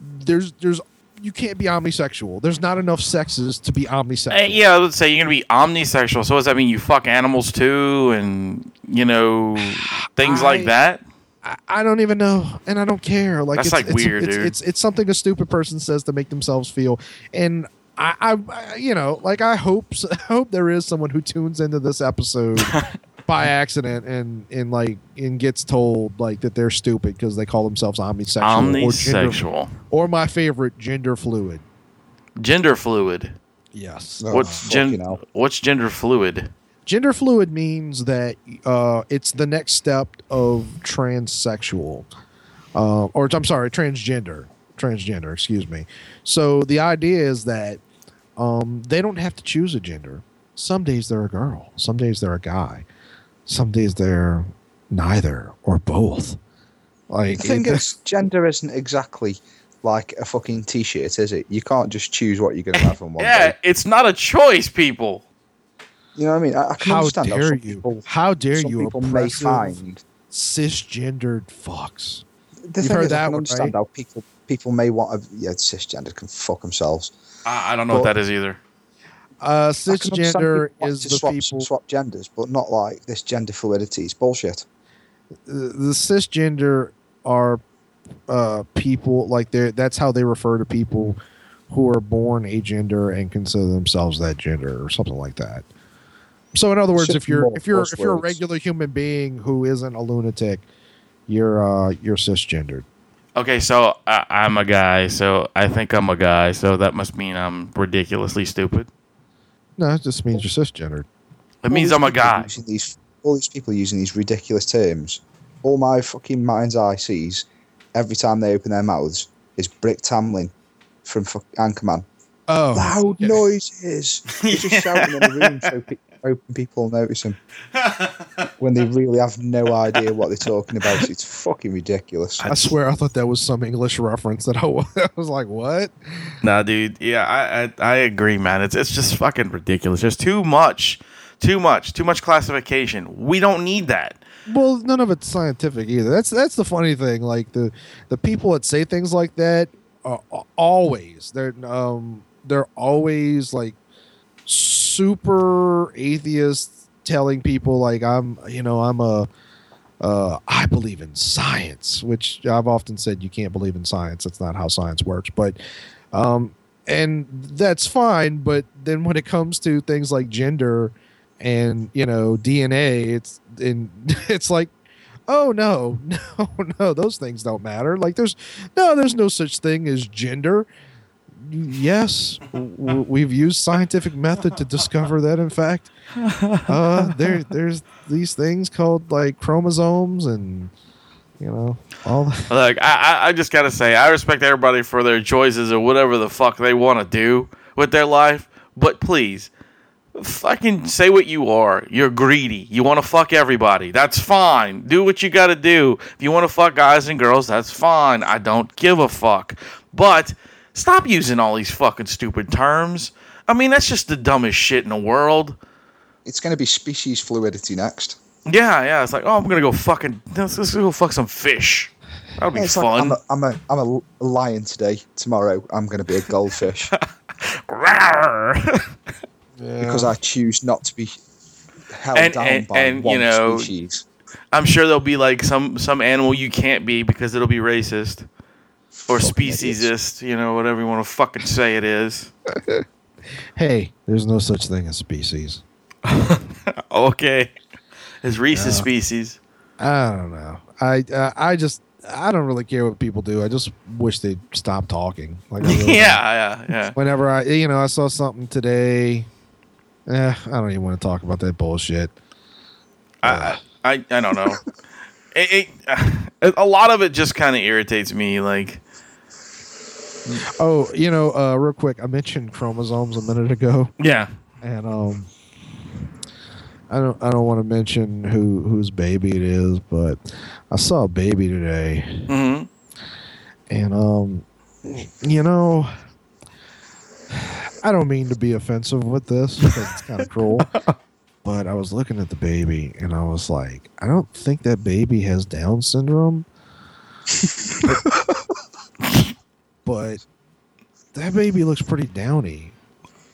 There's there's you can't be omnisexual. There's not enough sexes to be omnisexual.
Hey, Uh, yeah, let's say you're gonna be omnisexual. So does that mean you fuck animals too, and you know things
I-
like that?
I, I don't even know, and I don't care. Like
That's,
it's,
like,
it's,
weird,
it's,
dude.
It's, it's something a stupid person says to make themselves feel, and I, I, I you know, like I hope s- (laughs) I hope there is someone who tunes into
(laughs)
this episode by accident and and like and gets told like that they're stupid because they call themselves omnisexual, or gender,
Omnisexual,
or my favorite gender fluid.
gender fluid.
Yes,
Oh,
What's
fucking
gen-
hell.
What's gender fluid?
gender fluid means that uh, it's the next step of transsexual uh, or i'm sorry transgender transgender excuse me so the idea is that um, they don't have to choose a gender some days they're a girl some days they're a guy some days they're neither or both like
The thing
it-
is, gender isn't exactly like a fucking t-shirt, is it? You can't just choose what you're going to have on one
Yeah,
day.
it's not a choice, people.
You know what I mean? I, I can
(laughs) How
understand
dare
some
you?
people-
How dare
some
you?
people may
oppressive
find
cisgendered fucks.
the
You've
thing
heard
is,
that
I
one,
can understand
right?
how people people may want to yeah cisgender can fuck themselves.
I, I don't know what
Well-
that is either.
Uh,
I can understand
cisgender
people want
is
to
the
swap,
people.
swap genders, but not like this gender fluidity is bullshit.
the the cisgender are uh, people like they are that's how they refer to people who are born a gender and consider themselves that gender or something like that. So in other words,
Shit,
if you're
more
if you're
curse
if you're a
words.
regular human being who isn't a lunatic, you're uh, you're cisgendered.
Okay, so I, I'm a guy, so I think I'm a guy, so that must mean I'm ridiculously stupid.
No, it just means you're cisgendered.
It means
these
I'm a
people
guy.
using these- all these people using these ridiculous terms. All my fucking mind's eye sees every time they open their mouths is Brick Tamlin from fuck Anchorman.
Oh,
Loud
(laughs)
okay.
noises. He's just shouting in the room so pe- hoping people
(laughs)
notice him when they really have no idea what they're talking about. It's fucking ridiculous.
I swear I thought that was some English reference that I (laughs) was, I was like, what?
Nah, dude. Yeah, I, I I agree, man. It's it's just fucking ridiculous. There's too much, too much, too much classification. We don't need that.
Well, none of it's scientific either. That's that's the funny thing. Like the the people that say things like that are a- always they're um they're always like super atheists telling people like I'm you know I'm a uh, I believe in science, which I've often said you can't believe in science. That's not how science works. But um, and that's fine. But then when it comes to things like gender and you know DNA, it's in (laughs) it's like, oh no, (laughs) no, no, those things don't matter. Like there's no, there's no such thing as gender. Yes, w- we've used scientific method to discover that. In fact, uh, there, there's these things called like chromosomes and you know all. That.
Look, I, I I just gotta say, I respect everybody for their choices or whatever the fuck they want to do with their life. But please, fucking say what you are. You're greedy. You want to fuck everybody. That's fine. Do what you gotta do. If you want to fuck guys and girls, that's fine. I don't give a fuck. But stop using all these fucking stupid terms. I mean, that's just the dumbest shit in the world.
It's going to be species fluidity next.
Yeah, yeah. It's like, oh, I'm gonna go fucking. Let's, let's go fuck some fish. That'll be
It's like,
fun.
I'm, a, I'm, a, I'm a lion today. Tomorrow, I'm going to be a goldfish.
Rawr. (laughs)
because I choose not to be held
And-
down
and-
by
and, you
one
know,
species.
I'm sure there'll be like some some animal you can't be because it'll be racist or
Fucking idiots.
speciesist, you know, whatever you want to fucking say it is.
Hey, there's no such thing as species.
Okay, it's Reese's species.
I don't know. I uh, I just I don't really care what people do. I just wish they'd stop talking. Like
(laughs)
I really
Yeah, yeah, yeah.
Whenever I you know I saw something today, eh, I don't even want to talk about that bullshit.
I, I, I I don't know. It, it, a lot of it just kind of irritates me. Like,
Oh, you know, uh, real quick, I mentioned chromosomes a minute ago,
yeah,
and um, I don't I don't want to mention who whose baby it is, but I saw a baby today.
hmm
And um you know I don't mean to be offensive with this because it's kind of cruel. But I was looking at the baby and I was like, I don't think that baby has Down syndrome. but that baby looks pretty downy.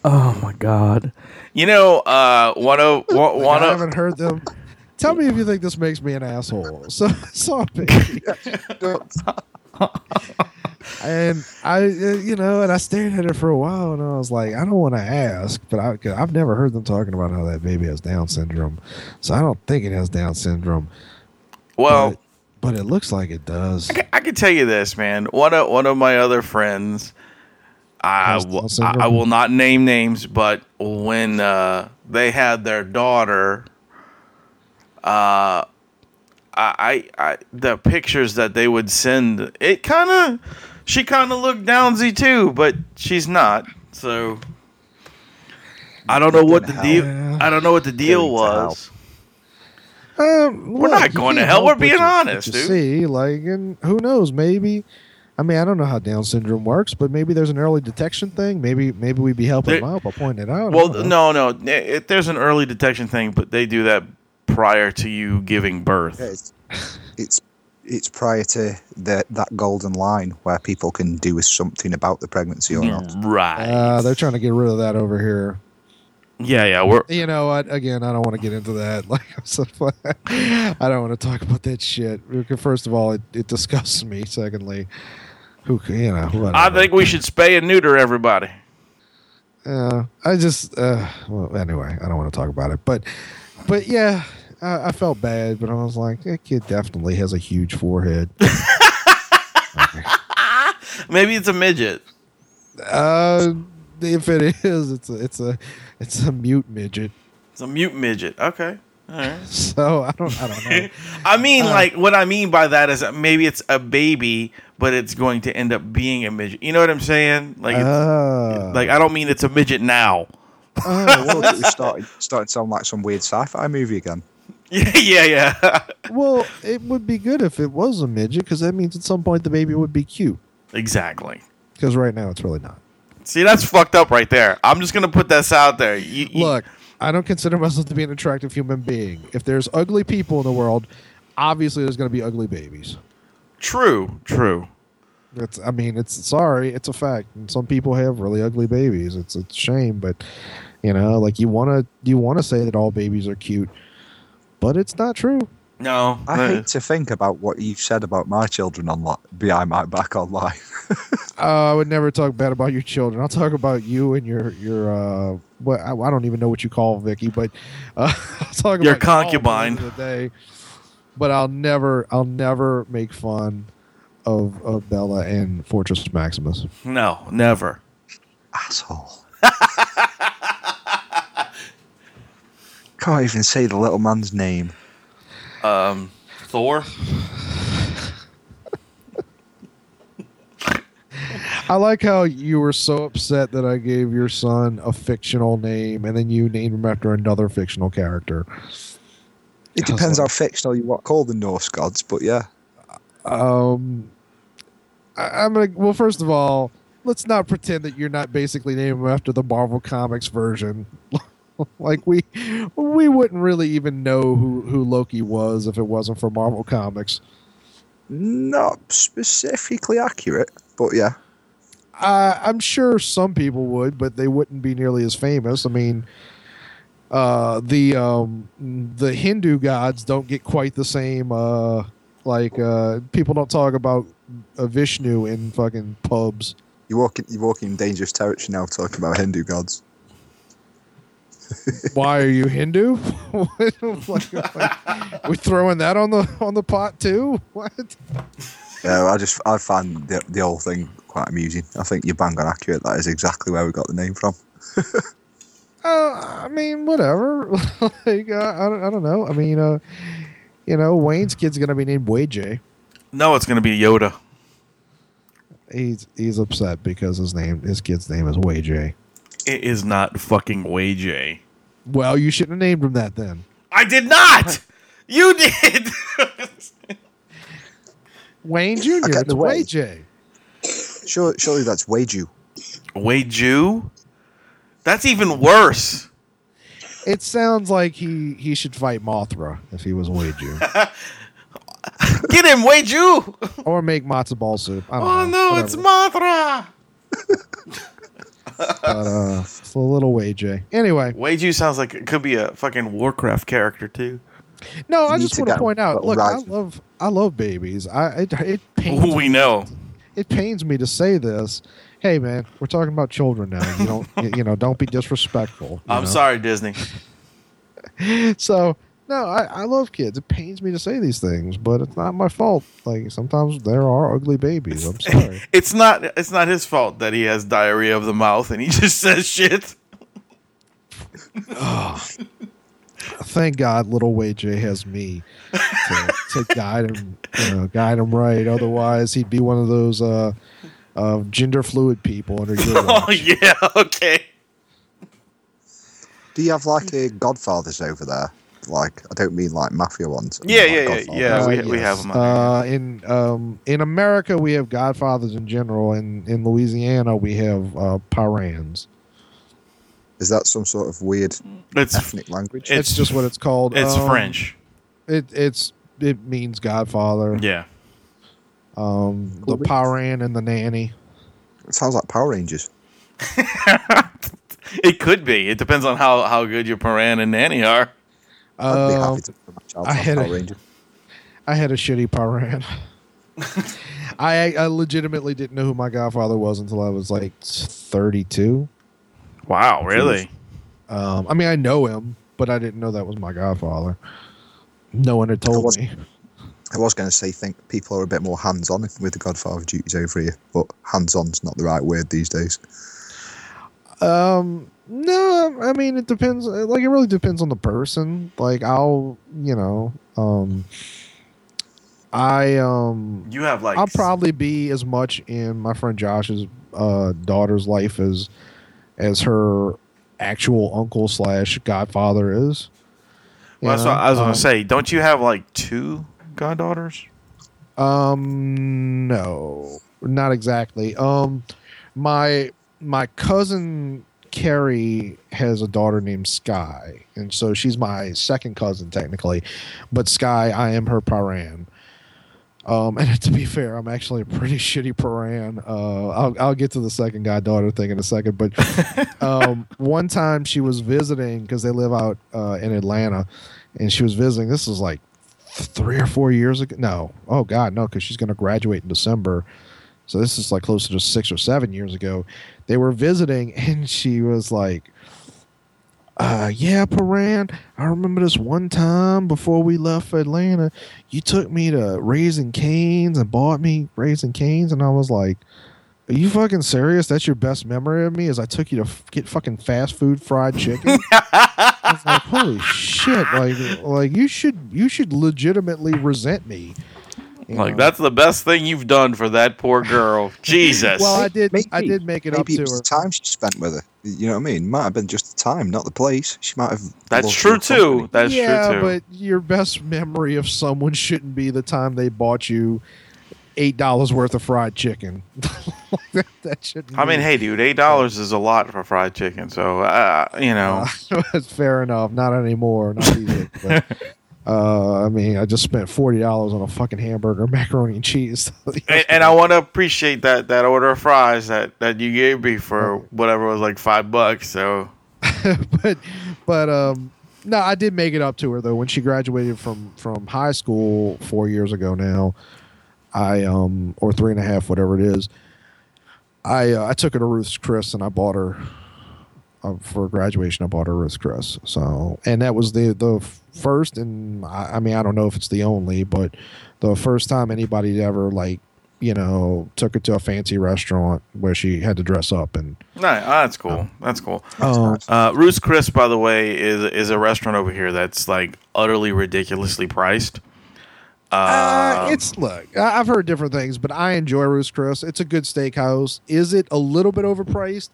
Oh my god. You know, uh, one of one,
Like,
one
I
of
haven't heard them. Tell me if you think this makes me an asshole. (laughs) So I saw a baby. and I, uh, you know, and I stared at it for a while, and I was like, I don't want to ask, but I, i I've never heard them talking about how that baby has Down syndrome, so I don't think it has Down syndrome.
well.
But, but it looks like it does.
I ca- I can tell you this, man. One of one of my other friends, I
Has Down
will- I-
syndrome?
I will not name names, but when uh, they had their daughter, uh, I, I I the pictures that they would send, it kind of she kind of looked downsy too, but she's not. So I don't know what the
hell.
deal. I don't know what the deal
Going to hell.
was.
Um,
We're
look,
not
you
going to
Um, can't
hell.
help
We're being
what you-
honest,
what you
dude.
See, like, and who knows? Maybe I mean, I don't know how Down syndrome works, but maybe there's an early detection thing. Maybe maybe we'd be helping
There-
them out by pointing it out. I
Well,
don't know.
no, no. It, it- there's an early detection thing, but they do that prior to you giving birth.
Yeah, it's, it's it's prior to the, that golden line where people can do with something about the pregnancy or not.
Right.
Uh, they're trying to get rid of that over here.
yeah, yeah. We're
You know what? Again, I don't want to get into that. (laughs) Like I'm so, I don't want to talk about that shit. Because First of all, it, it disgusts me. Secondly, who c- you know? Whatever.
I think we should spay and neuter everybody.
Uh, I just uh, well, anyway, I don't want to talk about it, but but yeah, I, I felt bad, but I was like, that kid definitely has a huge forehead. (laughs)
Maybe it's a midget.
uh, if it is, it's a it's a it's a mute midget. (laughs)
It's a mute midget. Okay. All right.
So I don't I don't know.
I
Uh.
mean, like, what I mean by that is that maybe it's a baby, but it's going to end up being a midget. You know what I'm saying? Like, (laughs) it's,
Uh,
like I don't mean it's a midget now. (laughs)
oh,
Well, it was starting starting to sound like some weird sci-fi movie again.
yeah, yeah, yeah. (laughs)
well, it would be good if it was a midget because that means at some point the baby would be cute.
exactly.
Because right now it's really not.
See, that's fucked up right there. I'm just gonna put this out there. You, you-
Look, I don't consider myself to be an attractive human being. If there's ugly people in the world, obviously there's going to be ugly babies.
true, true.
It's, I mean, it's sorry, it's a fact. And some people have really ugly babies. It's a shame, but you know, like you want to, you want to say that all babies are cute, but it's not true.
No,
I
uh,
hate to think about what you've said about my children on li- behind my back online.
Uh, I would never talk bad about your children. I'll talk about you and your your uh, what I, I don't even know what you call Vicky, but uh, (laughs) I'll talk
Your
about you all
concubine.
at the end of the day. But I'll never I'll never make fun of of Bella and Fortress Maximus.
no, never.
(laughs) Asshole.
(laughs)
Can't even say the little man's name.
Um, Thor.
I like how you were so upset that I gave your son a fictional name, and then you named him after another fictional character.
It
Asshole.
depends how fictional you want call the Norse gods, but yeah.
Um, I, I'm gonna. Well, first of all, let's not pretend that you're not basically named him after the Marvel Comics version. (laughs) like we, we wouldn't really even know who who Loki was if it wasn't for Marvel Comics.
Not specifically accurate, but yeah.
I, I'm sure some people would, but they wouldn't be nearly as famous. I mean. Uh, the um, the Hindu gods don't get quite the same. Uh, like uh, people don't talk about uh, Vishnu in fucking pubs.
You're walking, you're walking in dangerous territory now talking about Hindu gods.
why are you Hindu? (laughs) What- like, like, (laughs) we throwing that on the on the pot too? What?
Yeah, I just I find the, the whole thing quite amusing. I think you're bang on accurate. That is exactly where we got the name from.
Uh, I mean, whatever. (laughs) like, uh, I don't, I don't know. I mean, uh, you know, Wayne's kid's gonna be named Way J.
No, it's gonna be Yoda.
He's he's upset because his name his kid's name is Way J.
It is not fucking Way J.
Well, you shouldn't have named him that then.
I did not. (laughs) You did. (laughs)
Wayne Junior.
got
It's
the way.
Way J.
Surely, surely that's Weiju.
Way Jew. That's even worse.
It sounds like he he should fight Mothra if he was Way
(laughs)
Jew,
Get him, Way (laughs) Jew.
or make matzo ball soup. I don't
Oh
know.
no, it's
Whatever.
Mothra.
But, uh, it's a little Way J. Anyway.
Way Jew sounds like it could be a fucking Warcraft character too.
No, I
need
just
to
want to
get
point out.
a
Look,
rising.
I love I love babies. I it, it pains
Ooh, we know.
it pains me to say this. Hey, man, we're talking about children now. You don't (laughs) you, you know don't be disrespectful. you
I'm
know?
sorry, Disney.
(laughs) So no, I, I love kids. It pains me to say these things, but it's not my fault. Like sometimes there are ugly
(laughs)
babies. I'm sorry.
It's not. It's not his fault that he has diarrhea of the mouth and he (laughs) just says shit.
Thank God, little Way J has me to, to (laughs) guide him, you know, guide him right. Otherwise, he'd be one of those uh, uh, gender fluid people under
(laughs)
your watch.
Oh yeah. Okay.
Do you have like a Godfathers over there? like I don't mean like mafia ones. I mean,
Yeah,
like
yeah, yeah,
Godfather.
yeah. We,
Uh,
we have
yes.
them.
Uh, in um, in America, we have Godfathers in general, and in Louisiana, we have uh, Pyrans.
Is that some sort of weird
it's
ethnic language?
It-
It's,
It's-
just what it's called.
it's
Um,
French.
It it's it means Godfather.
Yeah.
Um, the
Cool.
Pyran and the nanny.
It sounds like Power Rangers.
It could be. It depends on how, how good your Paran and Nanny are.
I'd be
Um,
happy to put my child
I
on
had a-
Power Ranger.
I had a shitty Paran. I I legitimately didn't know who my godfather was until I was like 32.
Wow, really?
Um, I mean, I know him, but I didn't know that was my godfather. No one had told
was-
me.
I was going to say, think people are a bit more hands-on with the Godfather duties over here, but hands-on's not the right word these days.
Um, no, I mean it depends. uh, Like it really depends on the person. Like I'll, you know, um, I um,
You have like
I'll probably be as much in my friend Josh's uh, daughter's life as as her actual uncle slash godfather is. You
Well, that's what
know?
I was
Um,
gonna say. Don't you have like two goddaughters?
Um, no, not exactly. Um, my my cousin Carrie has a daughter named Sky, and so she's my second cousin technically, but Sky, I am her paran. Um, (laughs) and to be fair, I'm actually a pretty (laughs) shitty paran. Uh, I'll I'll get to the second goddaughter thing in a second, but um, one time she was visiting because they live out uh, in Atlanta, and she was visiting. This is like three or four years ago. No, oh god, no, because she's going to graduate in December. So this is like closer to six or seven years ago. They were visiting, (laughs) and she was like, uh, "Yeah, Paran, I remember this one time before we left for Atlanta. You took me to Raising Canes and bought me Raising Canes, and I was like." Are you fucking serious? That's your best memory of me? Is I took you to f- get fucking fast food fried chicken? I was like, holy shit! Like, like you should you should legitimately resent me. You
Like
know?
that's the best thing you've done for that poor
(laughs)
girl. Jesus.
Well, I did I
Maybe-
did make it up
Maybe
to
it was
her.
the time she spent with her. You know what I mean? Might have been just the time, not the place. She might have.
that's
loved
true
your
too.
company.
That's
yeah,
true too.
but your best memory of someone shouldn't be the time they bought you eight dollars worth of fried chicken. (laughs) that, that shouldn't.
I mean,
be-
hey, dude, eight dollars is a lot for fried chicken. So, uh, you know,
(laughs) that's fair enough. Not anymore. Not either.
(laughs)
But, uh, I mean, I just spent forty dollars on a fucking hamburger, (laughs) macaroni and cheese. (laughs)
and, and I want to appreciate that that order of fries that that you gave me for whatever was like five bucks. So,
(laughs) but but um no i did make it up to her though when she graduated from from high school four years ago now i um or three and a half whatever it is i uh, i took her to ruth's chris and i bought her uh, for graduation i bought her ruth's chris so and that was the the first and I, I mean i don't know if it's the only but the first time anybody ever like you know took her to a fancy restaurant where she had to dress up and
no, ah, that's
Oh.
cool. That's cool.
um,
Uh, Roost Chris, by the way, is is a restaurant over here that's like utterly ridiculously priced.
Uh,
Um,
it's look. I- I've heard different things, but I enjoy Ruth's Chris. It's a good steakhouse. Is it a little bit overpriced?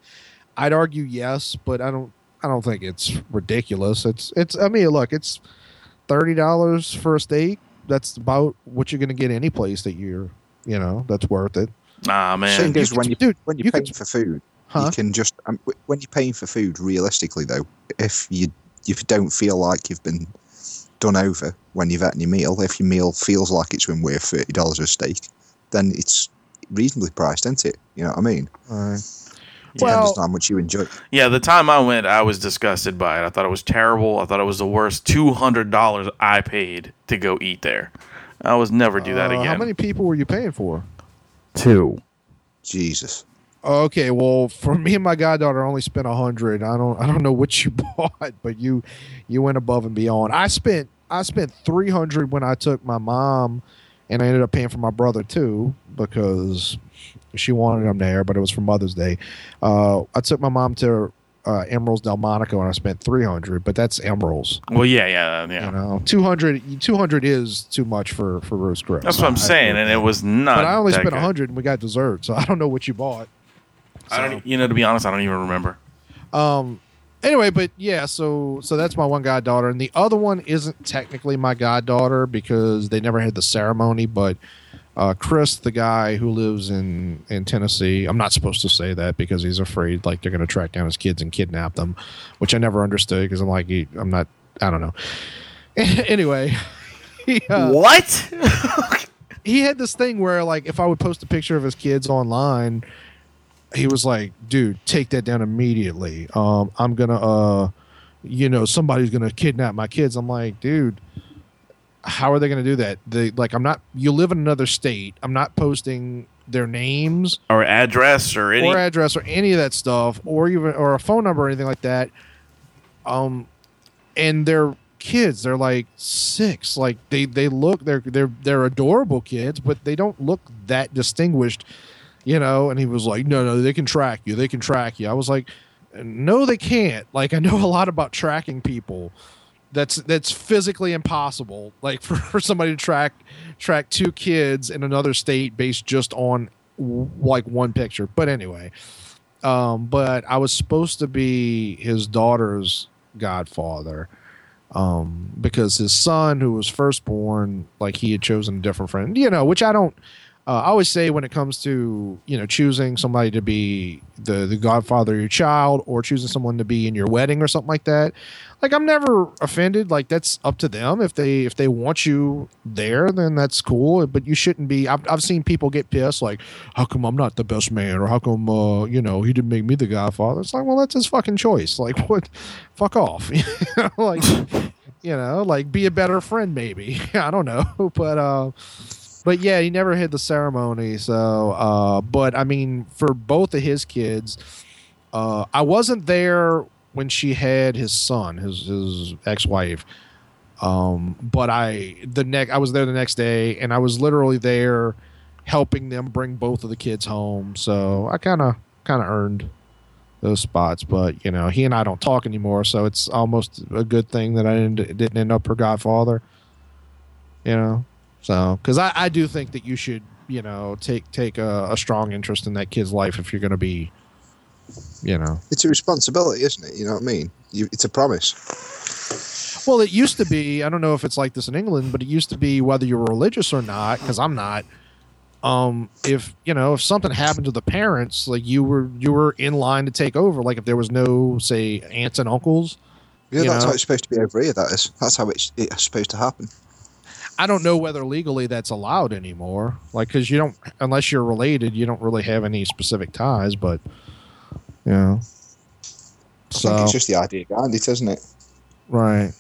I'd argue yes, but I don't. I don't think it's ridiculous. It's it's. I mean, look, it's thirty dollars for a steak. That's about what you're going to get any place that you're. You know, that's worth it.
nah,
Same
man.
goes
You
when
can-
you
dude,
when you're
you can-
paying for food.
Huh?
You can just um, w- when you're paying for food. Realistically, though, if you if you don't feel like you've been done over when you've eaten your meal, if your meal feels like it's been worth thirty dollars a steak, then it's reasonably priced, isn't it? You know what I mean?
Well,
Depends on how much you enjoy.
Yeah, the time I went, I was disgusted by it. I thought it was terrible. I thought it was the worst two hundred dollars I paid to go eat there. I was never do that
uh,
again.
how many people were you paying for?
Two.
Jesus.
Okay, well, for (laughs) me and my goddaughter, I only spent a hundred. I don't, I don't know what you (laughs) bought, but you, you went above and beyond. I spent, I spent three hundred when I took my mom, and I ended up paying for my brother too because she wanted him there, but it was for Mother's Day. Uh, I took my mom to uh, Emeralds Delmonico, and I spent three hundred, but that's Emeralds.
Well, yeah, yeah, yeah.
You know, 200, 200 is too much for for roast grill.
That's what I'm saying, and it was not.
But I only
that
spent a
good.
hundred, and we got dessert, so I don't know what you bought.
e, I don't. You know, to be honest, I don't even remember.
Um, anyway, but yeah, so so that's my one goddaughter, and the other one isn't technically my goddaughter because they never had the ceremony. But uh, Chris, the guy who lives in in Tennessee, I'm not supposed to say that because he's afraid like they're going to track down his kids and kidnap them, which I never understood because I'm like he- I'm not I don't know. (laughs) anyway, (laughs) he, uh,
what?
he had this thing where like if I would post a picture of his kids online, he was like, "Dude, take that down immediately. Um, I'm gonna, uh, you know, somebody's gonna kidnap my kids." I'm like, "Dude, how are they gonna do that? They like, I'm not. You live in another state. I'm not posting their names
or address or any?
or address or any of that stuff or even or a phone number or anything like that um and they're kids they're like six like they they look they're they're they're adorable kids but they don't look that distinguished you know and he was like no no they can track you they can track you i was like no they can't like i know a lot about tracking people that's that's physically impossible like (laughs) for, for somebody to track track two kids in another state based just on w- like one picture but anyway um but i was supposed to be his daughter's godfather um because his son who was firstborn like he had chosen a different friend you know which i don't uh, i always say when it comes to you know choosing somebody to be the the godfather of your child or choosing someone to be in your wedding or something like that like i'm never offended like that's up to them if they if they want you there then that's cool but you shouldn't be i've, I've seen people get pissed like how come i'm not the best man or how come uh you know he didn't make me the godfather it's like well that's his fucking choice like (laughs) what fuck off (laughs) You know, like you know like be a better friend maybe (laughs) i don't know but uh but yeah, he never hit the ceremony. So, uh, but I mean, for both of his kids, uh, I wasn't there when she had his son, his his ex wife. Um, but I the next I was there the next day, and I was literally there helping them bring both of the kids home. So I kind of kind of earned those spots. But you know, he and I don't talk anymore, so it's almost a good thing that I didn't, didn't end up her godfather. You know, so because I, I do think that you should you know take take a, a strong interest in that kid's life if you're going to be you know
It's a responsibility, isn't it? You know what I mean? You, it's a promise.
Well, it used to be. I don't know if it's like this in England, but it used to be whether you're religious or not, because I'm not. Um, if you know, if something happened to the parents, like you were, you were in line to take over. Like if there was no, say, aunts and uncles.
Yeah,
You
that's
know?
how it's supposed to be over here. That is. That's how it's, it's supposed to happen.
I don't know whether legally that's allowed anymore. Like, because you don't, unless you're related, you don't really have any specific ties. But you know,
I
so
think it's just the idea behind it, isn't it?
Right.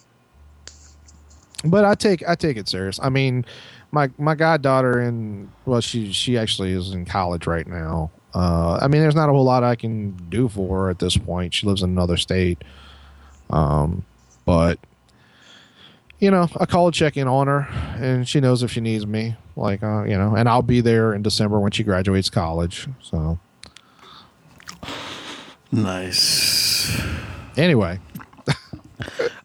But I take I take it serious. I mean, my my goddaughter in well, she she actually is in college right now. Uh, I mean, there's not a whole lot I can do for her at this point. She lives in another state. Um, but you know, I call a check in on her, and she knows if she needs me. Like, uh, you know, and I'll be there in December when she graduates college. So
nice.
anyway,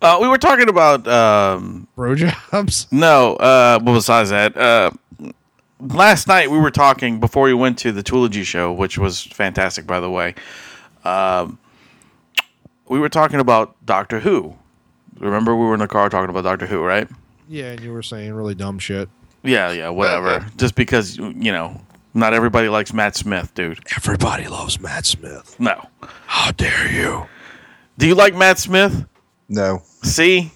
Uh, we were talking about um,
bro jobs. (laughs)
No, uh, well, besides that, uh, last night we were talking before we went to the Toology show, which was fantastic, by the way. Um, we were talking about Doctor Who. Remember, we were in the car talking about Doctor Who, right?
Yeah, and you were saying really dumb shit.
Yeah, yeah, whatever. Just because, you know, not everybody likes Matt Smith, dude.
Everybody loves Matt Smith.
No.
How dare you?
Do you like Matt Smith?
No.
See?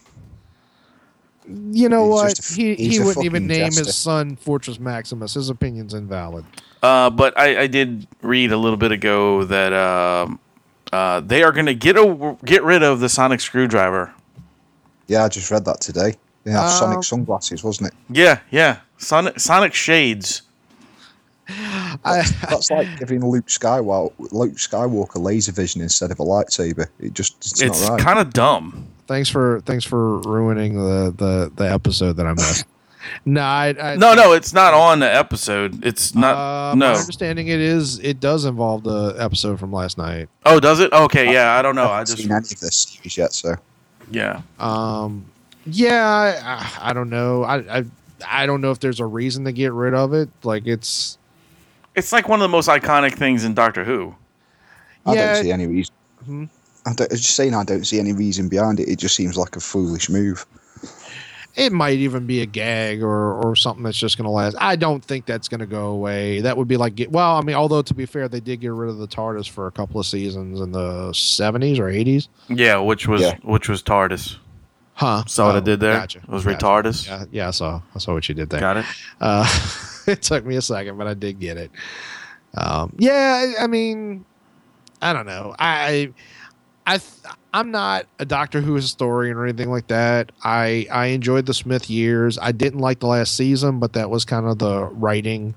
You know
He's
what?
just a-
he he
he's a
wouldn't
fucking
even name
jester.
his son Fortress Maximus. His opinion's invalid.
Uh, but I, I did read a little bit ago that um, uh, they are going to get a, get rid of the sonic screwdriver
Yeah, I just read that today. They had
Um,
Sonic sunglasses, wasn't it?
Yeah, yeah. Sonic, Sonic Shades.
I,
That's like giving Luke Skywalker, Luke Skywalker laser vision instead of a lightsaber. It just it's,
It's,
not right.
kind of dumb.
(laughs) thanks for thanks for ruining the the, the episode that
(laughs)
I missed. no, I, I
No,
uh,
no, it's not on the episode. It's not.
Uh, My
no.
understanding it is it does involve the episode from last night.
Oh, does it? Okay, yeah. I don't know. I
haven't
just
seen any of this series yet, so
yeah.
Um, yeah, I, I don't know. I, I I don't know if there's a reason to get rid of it. Like it's
It's like one of the most iconic things in Doctor Who.
I
Yeah.
don't see any reason. I don't, just saying I don't see any reason behind it. It just seems like a foolish move.
It might even be a gag or, or something that's just going to last. I don't think that's going to go away. That would be like, get, well, I mean, although to be fair, they did get rid of the TARDIS for a couple of seasons in the 70s or 80s.
Yeah, which was
Yeah.
which was TARDIS.
Huh.
Saw what I did there?
Oh, Gotcha.
It was
Gotcha.
retardus?
Yeah, yeah, I saw. I saw what you did there.
Got it.
Uh, (laughs) it took me a second, but I did get it. Um, yeah, I, I mean, I don't know. I, I, th- I'm not a Doctor Who historian or anything like that. I I enjoyed the Smith years. I didn't like the last season, but that was kind of the writing.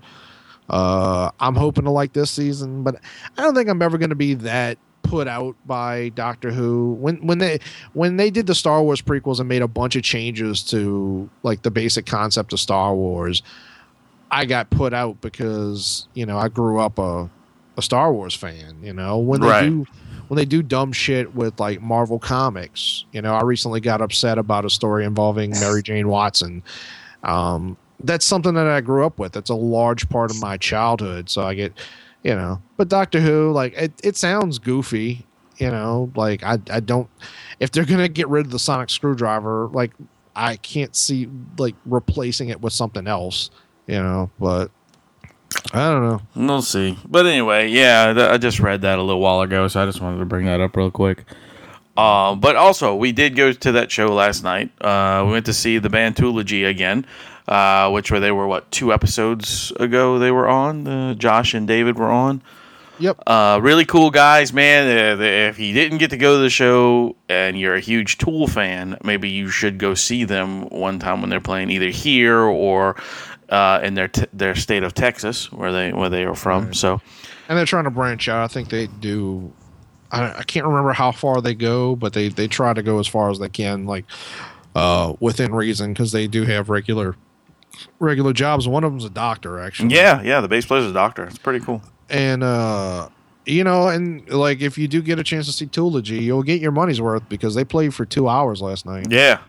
Uh, I'm hoping to like this season, but I don't think I'm ever going to be that put out by Doctor Who. When when they when they did the Star Wars prequels and made a bunch of changes to like the basic concept of Star Wars, I got put out because you know I grew up a a Star Wars fan. You know when they
Right.
do when they do dumb shit with like Marvel comics. You know I recently got upset about a story involving Mary Jane Watson. Um, that's something that I grew up with. That's a large part of my childhood. So I get you know but doctor who like it, it sounds goofy you know like I, I don't if they're gonna get rid of the sonic screwdriver like i can't see like replacing it with something else you know but i don't know
We'll see. But anyway, yeah, th- I just read that a little while ago, so I just wanted to bring that up real quick. Uh, but also, we did go to that show last night. Uh, we went to see the Bantology again, uh, which were they were what two episodes ago they were on. Uh, Josh and David were on.
yep
Uh, really cool guys, man. Uh, the- if you didn't get to go to the show and you're a huge Tool fan, maybe you should go see them one time when they're playing either here or uh, in their t- their state of Texas, where they where they are from. So
and they're trying to branch out i think they do I, I can't remember how far they go but they they try to go as far as they can like uh within reason because they do have regular regular jobs one of them's a doctor actually
yeah, yeah, the bass player's a doctor. It's pretty cool.
and uh you know and like if you do get a chance to see Toology, you'll get your money's worth because they played for two hours last night
Yeah,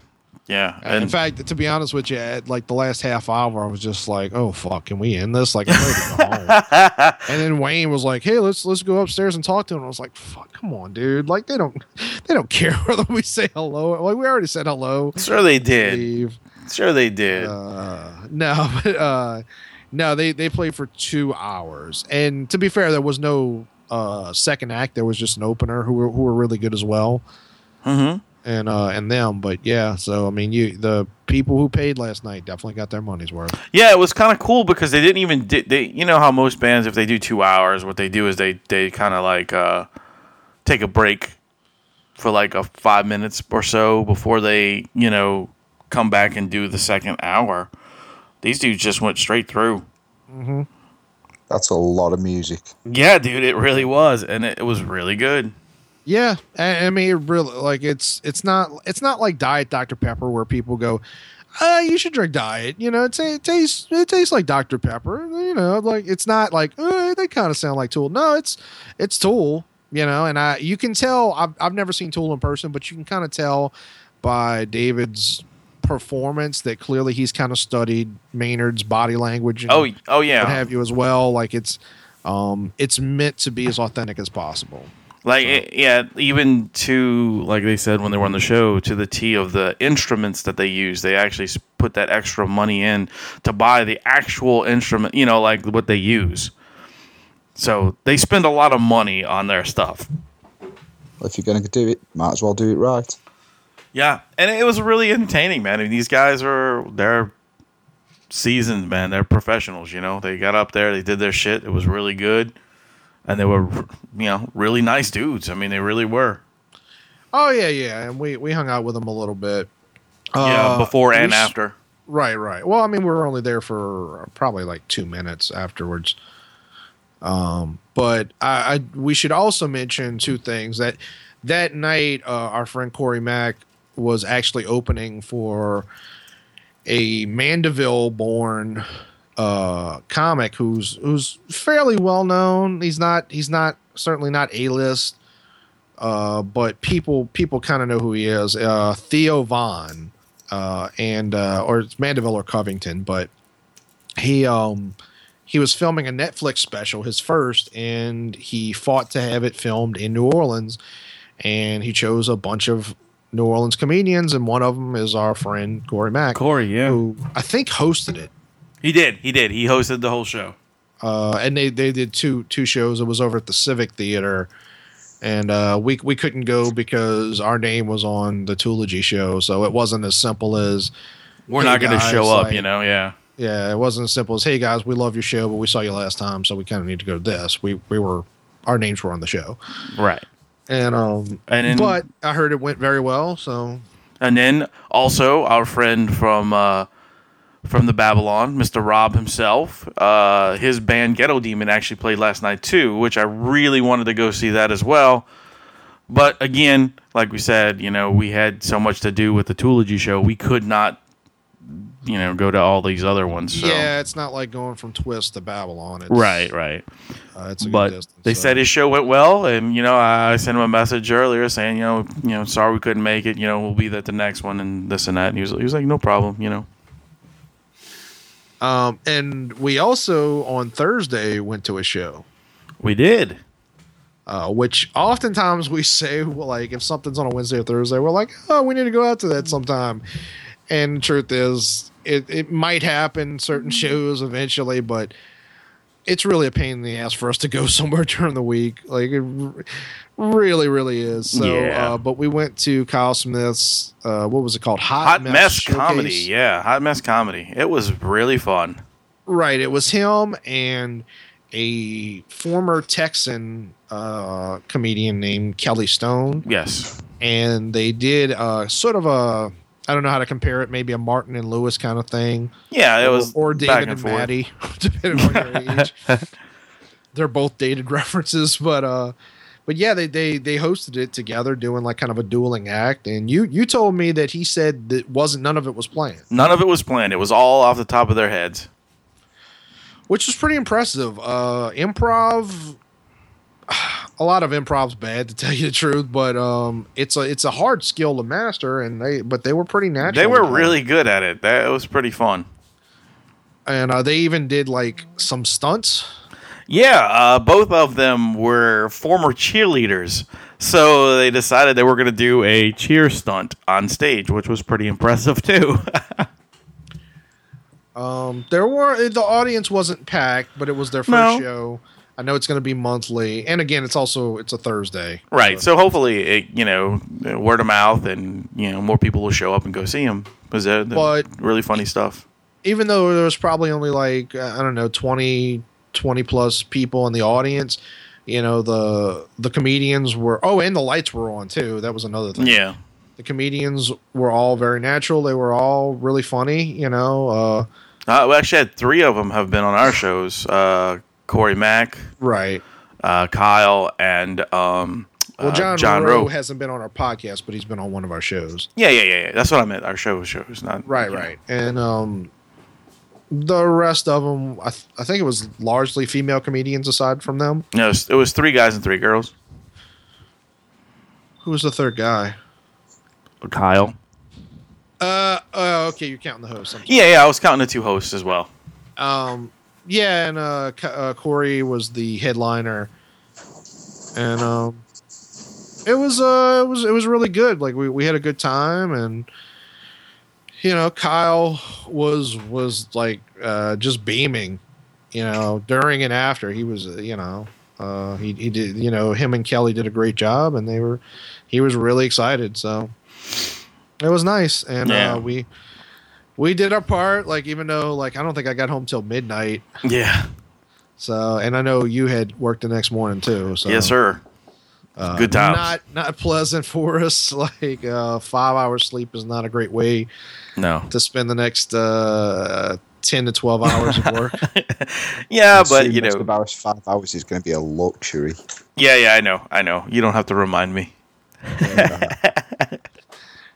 yeah.
Uh, in fact to be honest with you at like the last half hour i was just like oh fuck can we end this like i'm ready to go home and then wayne was like hey let's let's go upstairs and talk to him i was like fuck come on dude like they don't (laughs) they don't care whether we say hello like we already said hello
sure they did.
Leave.
Sure they did.
Uh, no, (laughs) but uh, no, they they played for two hours, and to be fair, there was no uh, second act. There was just an opener who were who were really good as well,
hmm
and uh, and them. But yeah, so I mean, you the people who paid last night definitely got their money's worth.
Yeah, it was kind of cool because they didn't even di- they you know how most bands if they do 2 hours what they do is they they kind of like uh take a break for like a 5 minutes or so before they, you know, come back and do the second hour. These dudes just went straight through.
That's a lot of music.
Yeah, dude, it really was and it, it was really good.
Yeah, I, I mean, it really, like it's it's not it's not like Diet Dr Pepper where people go, uh, you should drink Diet. You know, it, ta- it tastes it tastes like Dr Pepper. You know, like it's not like uh, they kind of sound like Tool. No, it's it's Tool. You know, and I you can tell I've I've never seen Tool in person, but you can kind of tell by David's performance that clearly he's kind of studied Maynard's body language. And,
Oh, oh
what
yeah.
have you as well. Like it's um it's meant to be as authentic as possible.
Like it, yeah, even to like they said when they were on the show to the T of the instruments that they use, they actually s- put that extra money in to buy the actual instrument. You know, like what they use. So they spend a lot of money on their stuff.
If you're going to do it, might as well do it right.
Yeah, and it was really entertaining, man. I mean, these guys are they're seasoned, man. They're professionals. You know, they got up there, they did their shit. It was really good, and they were, you know, really nice dudes. I mean, they really were.
Oh yeah, yeah, and we we hung out with them a little bit.
yeah,
Uh,
before
we
and
s-
after.
Right, right. Well, I mean, we were only there for probably like two minutes afterwards. Um, but I, I we should also mention two things that that night uh, our friend Corey Mack was actually opening for a Mandeville-born uh, comic who's who's fairly well known. He's not he's not certainly not A-list, uh, but people people kind of know who he is. Uh, Theo Vaughn uh, and uh, or it's Mandeville or Covington, but he um he was filming a Netflix special, his first, and he fought to have it filmed in New Orleans. and he chose a bunch of New Orleans comedians, and one of them is our friend Corey Mack,
Corey, yeah.
who I think hosted it.
He did. He did. He hosted the whole show.
Uh, and they, they did two two shows. It was over at the Civic Theater, and uh, we we couldn't go because our name was on the Toology show, so it wasn't as simple as
We're
Hey,
not going to
guys,
show up,
like-
you know. Yeah.
yeah, it wasn't as simple as hey guys, we love your show, but we saw you last time, so we kind of need to go to this. We we were our names were on the show,
Right.
and um,
And in-
but I heard it went very well, so
And then also our friend from uh, from the Babylon, Mr. Rob himself, uh, his band Ghetto Demon actually played last night too, which I really wanted to go see that as well. But again, like we said, you know, we had so much to do with the Toology show, we could not, you know, go to all these other ones. So.
yeah, it's not like going from Twist to Babylon, it's,
Right, right.
Uh, it's a
but
good distance,
they
so.
said his show went well, and you know, I sent him a message earlier saying, you know, you know, sorry we couldn't make it. You know, we'll be at the next one and this and that. And he was, he was like, no problem. You know,
Um, and we also on Thursday went to a show,
we did.
uh, which oftentimes we say, well, like, if something's on a Wednesday or Thursday, we're like, oh, we need to go out to that sometime. And the truth is, it, it might happen certain
Mm-hmm.
shows eventually, but it's really a pain in the ass for us to go (laughs) somewhere during the week. Like, it r- really, really is. So,
Yeah.
uh, but we went to Kyle Smith's, uh, what was it called?
Hot mess
Showcase.
comedy, yeah, hot mess comedy. It was really fun.
Right. It was him and a former Texan uh, comedian named Kelly Stone.
Yes,
And they did uh, sort of a, I don't know how to compare it, maybe a Martin and Lewis kind of thing.
yeah, it was
or
back
David
and
and,
forth.
Maddie, (laughs) depending on your age.
(laughs)
They're both dated (laughs) references, but uh, but yeah, they they they hosted it together, doing like kind of a dueling act. And you you told me that he said that wasn't none of it was planned.
None of it was planned. It was all off the top of their heads.
which is pretty impressive. Uh, improv, (sighs) a lot of improv's bad to tell you the truth, but um, it's a it's a hard skill to master, and they but they were pretty natural.
They were
about it.
really good at it. That it was pretty fun.
and uh, they even did like some stunts.
Yeah, uh, both of them were former cheerleaders, so they decided they were going to do a cheer stunt on stage, which was pretty impressive (laughs) too.
Um, there were the audience wasn't packed, but it was their
No.
first show. I know it's going to be monthly, and again, it's also it's a Thursday.
right. So hopefully, it you know, word of mouth, and you know, more people will show up and go see them. Was that
But-
really funny stuff?
even though there was probably only like uh, I don't know 20 20 plus people in the audience, you know the the comedians were oh and the lights were on too. That was another thing.
Yeah.
The comedians were all very natural. They were all really funny, you know. Uh
Uh, we actually had three of them have been on our shows: uh, Corey Mack,
right.
uh, Kyle, and um,
Well,
uh,
John,
John
Rowe
Rowe.
hasn't been on our podcast, but he's been on one of our shows.
yeah, yeah, yeah, yeah. That's what I meant. Our show shows, not
Right,
you know.
right. And um the rest of them I, th- I think it was largely female comedians aside from them.
No, it was, it was three guys and three girls.
Who was the third guy?
Kyle.
Uh, uh okay, you're counting the host. I'm sorry.
Yeah, yeah. I was counting the two hosts as well.
um yeah and uh, C- uh corey was the headliner and um it was uh it was it was really good like we, we had a good time and you know kyle was was like uh just beaming you know during and after he was uh, you know uh he, he did you know him and kelly did a great job and they were he was really excited so it was nice and
Yeah.
uh we we did our part like even though like i don't think i got home till midnight
Yeah.
so and i know you had work the next morning too so
yes, sir.
Um, uh,
Good times.
not not pleasant (laughs) for us like uh five hours sleep is not a great way
No.
to spend the next uh 10 to 12 hours of
(laughs)
work
Yeah, Ah, but
Soon
you
next
know.
about five hours is going to be a luxury.
Yeah, yeah. I know. I know. You don't have to remind me.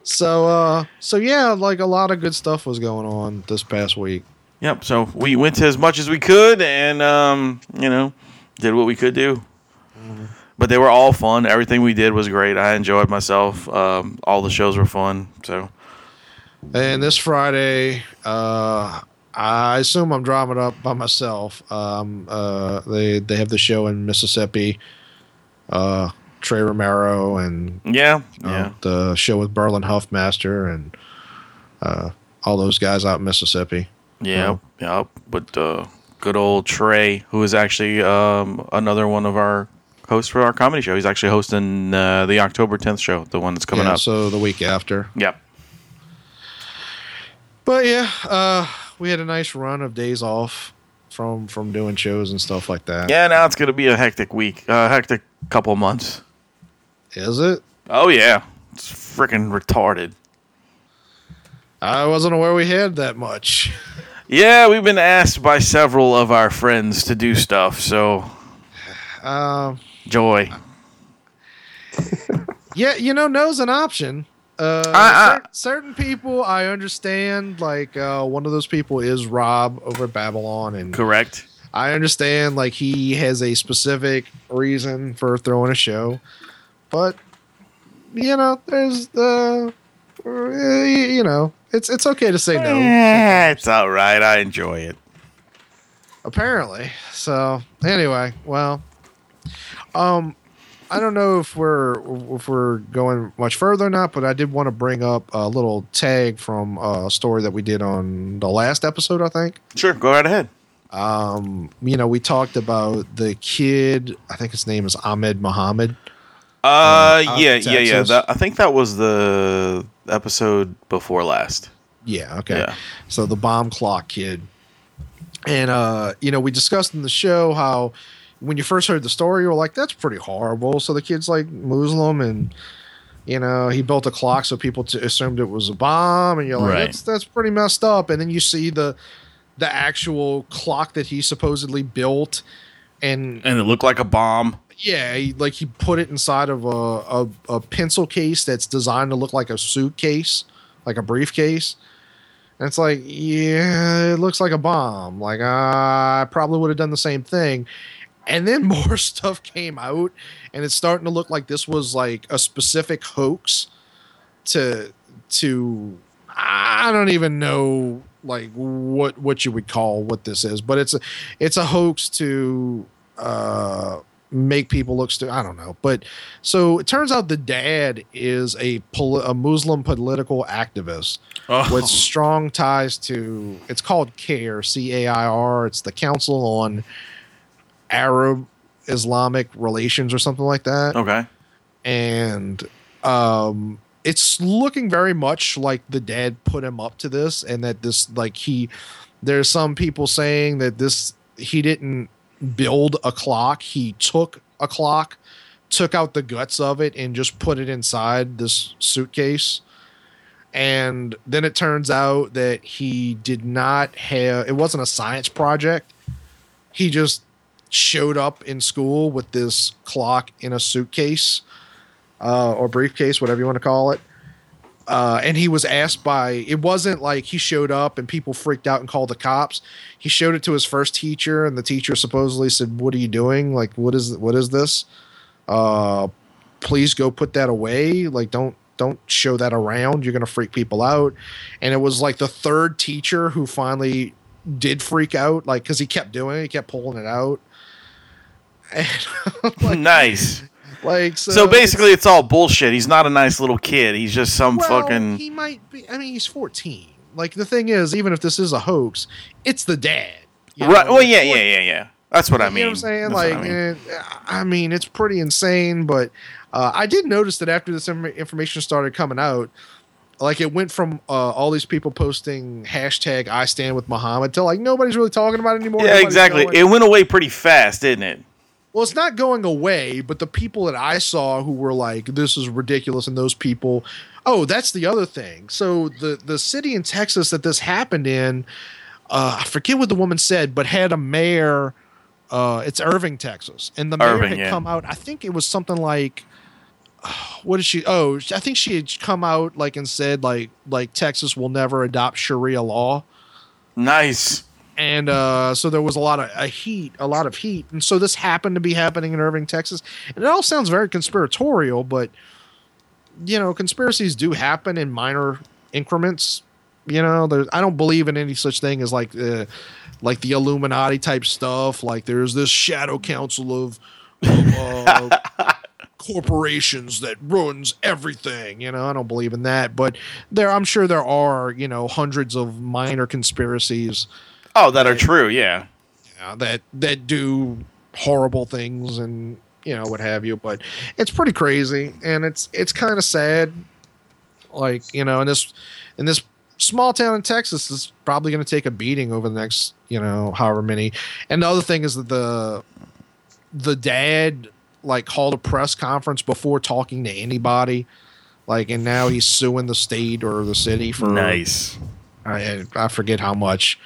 so uh so yeah like a lot of good stuff was going on this past week
Yep. So we went to as much as we could, and um, you know, did what we could do. But they were all fun. Everything we did was great. I enjoyed myself. Um, all the shows were fun. So
And this Friday, uh, I assume I'm driving up by myself. Um, uh, they they have the show in Mississippi. Uh, Trey Romero and
Yeah,
uh,
yeah.
the show with Berlin Huffmaster and uh, all those guys out in Mississippi.
Yeah, yeah. But uh, good old Trey, who is actually um, another one of our hosts for our comedy show. He's actually hosting uh, the October 10th show, the one that's coming
yeah,
up.
So the week after.
yep.
But yeah, uh, we had a nice run of days off from from doing shows and stuff like that.
Yeah, now it's going to be a hectic week, uh, hectic couple months.
Is it?
Oh, yeah. It's freaking retarded.
I wasn't aware we had that much.
Yeah, we've been asked by several of our friends to do stuff, so
Um,
joy.
yeah, you know, no's an option. Uh,
I-
cer- certain people I understand. Like uh, one of those people is Rob over at Babylon, and
Correct.
I understand like he has a specific reason for throwing a show, but you know, there's the uh, you know, it's it's okay to say no
Yeah, it's all right. I enjoy it.
apparently. So anyway, well, um, I don't know if we're if we're going much further or not, but I did want to bring up a little tag from a story that we did on the last episode, I think.
Sure, go right ahead.
um, you know, we talked about the kid. I think his name is Ahmed Muhammad.
Uh,
out
yeah,
of
yeah, yeah.
Texas.
That, I think that was the episode before last.
Yeah. Okay.
Yeah.
So the bomb clock kid. And uh, you know, we discussed in the show how when you first heard the story, you were like, "That's pretty horrible." So the kid's like Muslim, and you know, he built a clock, so people t- assumed it was a bomb, and you're like,
Right.
"That's that's pretty messed up." And then you see the the actual clock that he supposedly built, and
And it looked like a bomb.
Yeah, he, like he put it inside of a, a a pencil case that's designed to look like a suitcase, like a briefcase. And it's like, yeah, it looks like a bomb. Like uh, I probably would have done the same thing. And then (laughs) more stuff came out, and it's starting to look like this was like a specific hoax to to I don't even know like what what you would call what this is, but it's a it's a hoax to uh make people look stupid. I don't know, but so it turns out the dad is a poli- a Muslim political activist
Oh.
with strong ties to it's called CAIR, C A I R. It's the Council on Arab Islamic Relations or something like that
Okay.
and um it's looking very much like the dad put him up to this and that this like he there's some people saying that this he didn't build a clock he took a clock took out the guts of it and just put it inside this suitcase and then it turns out that he did not have it wasn't a science project he just showed up in school with this clock in a suitcase uh, or briefcase, whatever you want to call it. Uh, and he was asked by it wasn't like he showed up and people freaked out and called the cops. He showed it to his first teacher, and the teacher supposedly said, "What are you doing? Like, what is what is this? Uh, please go put that away. Like, don't don't show that around. You're gonna freak people out." And it was like the third teacher who finally did freak out, like because he kept doing it, he kept pulling it out. (laughs) And (laughs)
(laughs)
like,
nice.
like so,
So, basically, it's, all bullshit. He's not a nice little kid. He's just some
Well,
fucking.
He might be. I mean, he's fourteen. Like the thing is, even if this is a hoax, it's the dad. you
right.
know?
Well, yeah, yeah, yeah, yeah. That's what I
You
mean.
know what I'm saying?
That's what
like,
I mean.
eh, I mean, it's pretty insane. But uh, I did notice that after this inform- information started coming out, like it went from uh, all these people posting hashtag I stand with Muhammad to like nobody's really talking about it anymore.
yeah,
nobody's
exactly.
going-
It went away pretty fast, didn't it?
well, it's not going away, but the people that I saw who were like, "This is ridiculous," and those people, oh, that's the other thing. So the the city in Texas that this happened in, uh, I forget what the woman said, but had a mayor. Uh, it's Irving, Texas, and the mayor
Irving,
had
yeah.
come out. I think it was something like, (sighs) what is she? Oh, I think she had come out like and said like like Texas will never adopt Sharia law
Nice.
and uh, so there was a lot of a heat, a lot of heat, and so this happened to be happening in Irving, Texas, and it all sounds very conspiratorial, but you know, conspiracies do happen in minor increments. You know, there, I don't believe in any such thing as like uh, like the Illuminati type stuff. Like there's this shadow council of. of, Uh, corporations that ruins everything. You know, I don't believe in that, but there, I'm sure there are, you know, hundreds of minor conspiracies
Oh, that are true. Yeah.
uh, that that do horrible things and you know what have you. But it's pretty crazy, and it's it's kind of sad. Like you know, in this in this small town in Texas is probably going to take a beating over the next you know however many. And the other thing is that the the dad like called a press conference before talking to anybody. Like and now he's suing the state or the city for
Nice.
I I forget how much.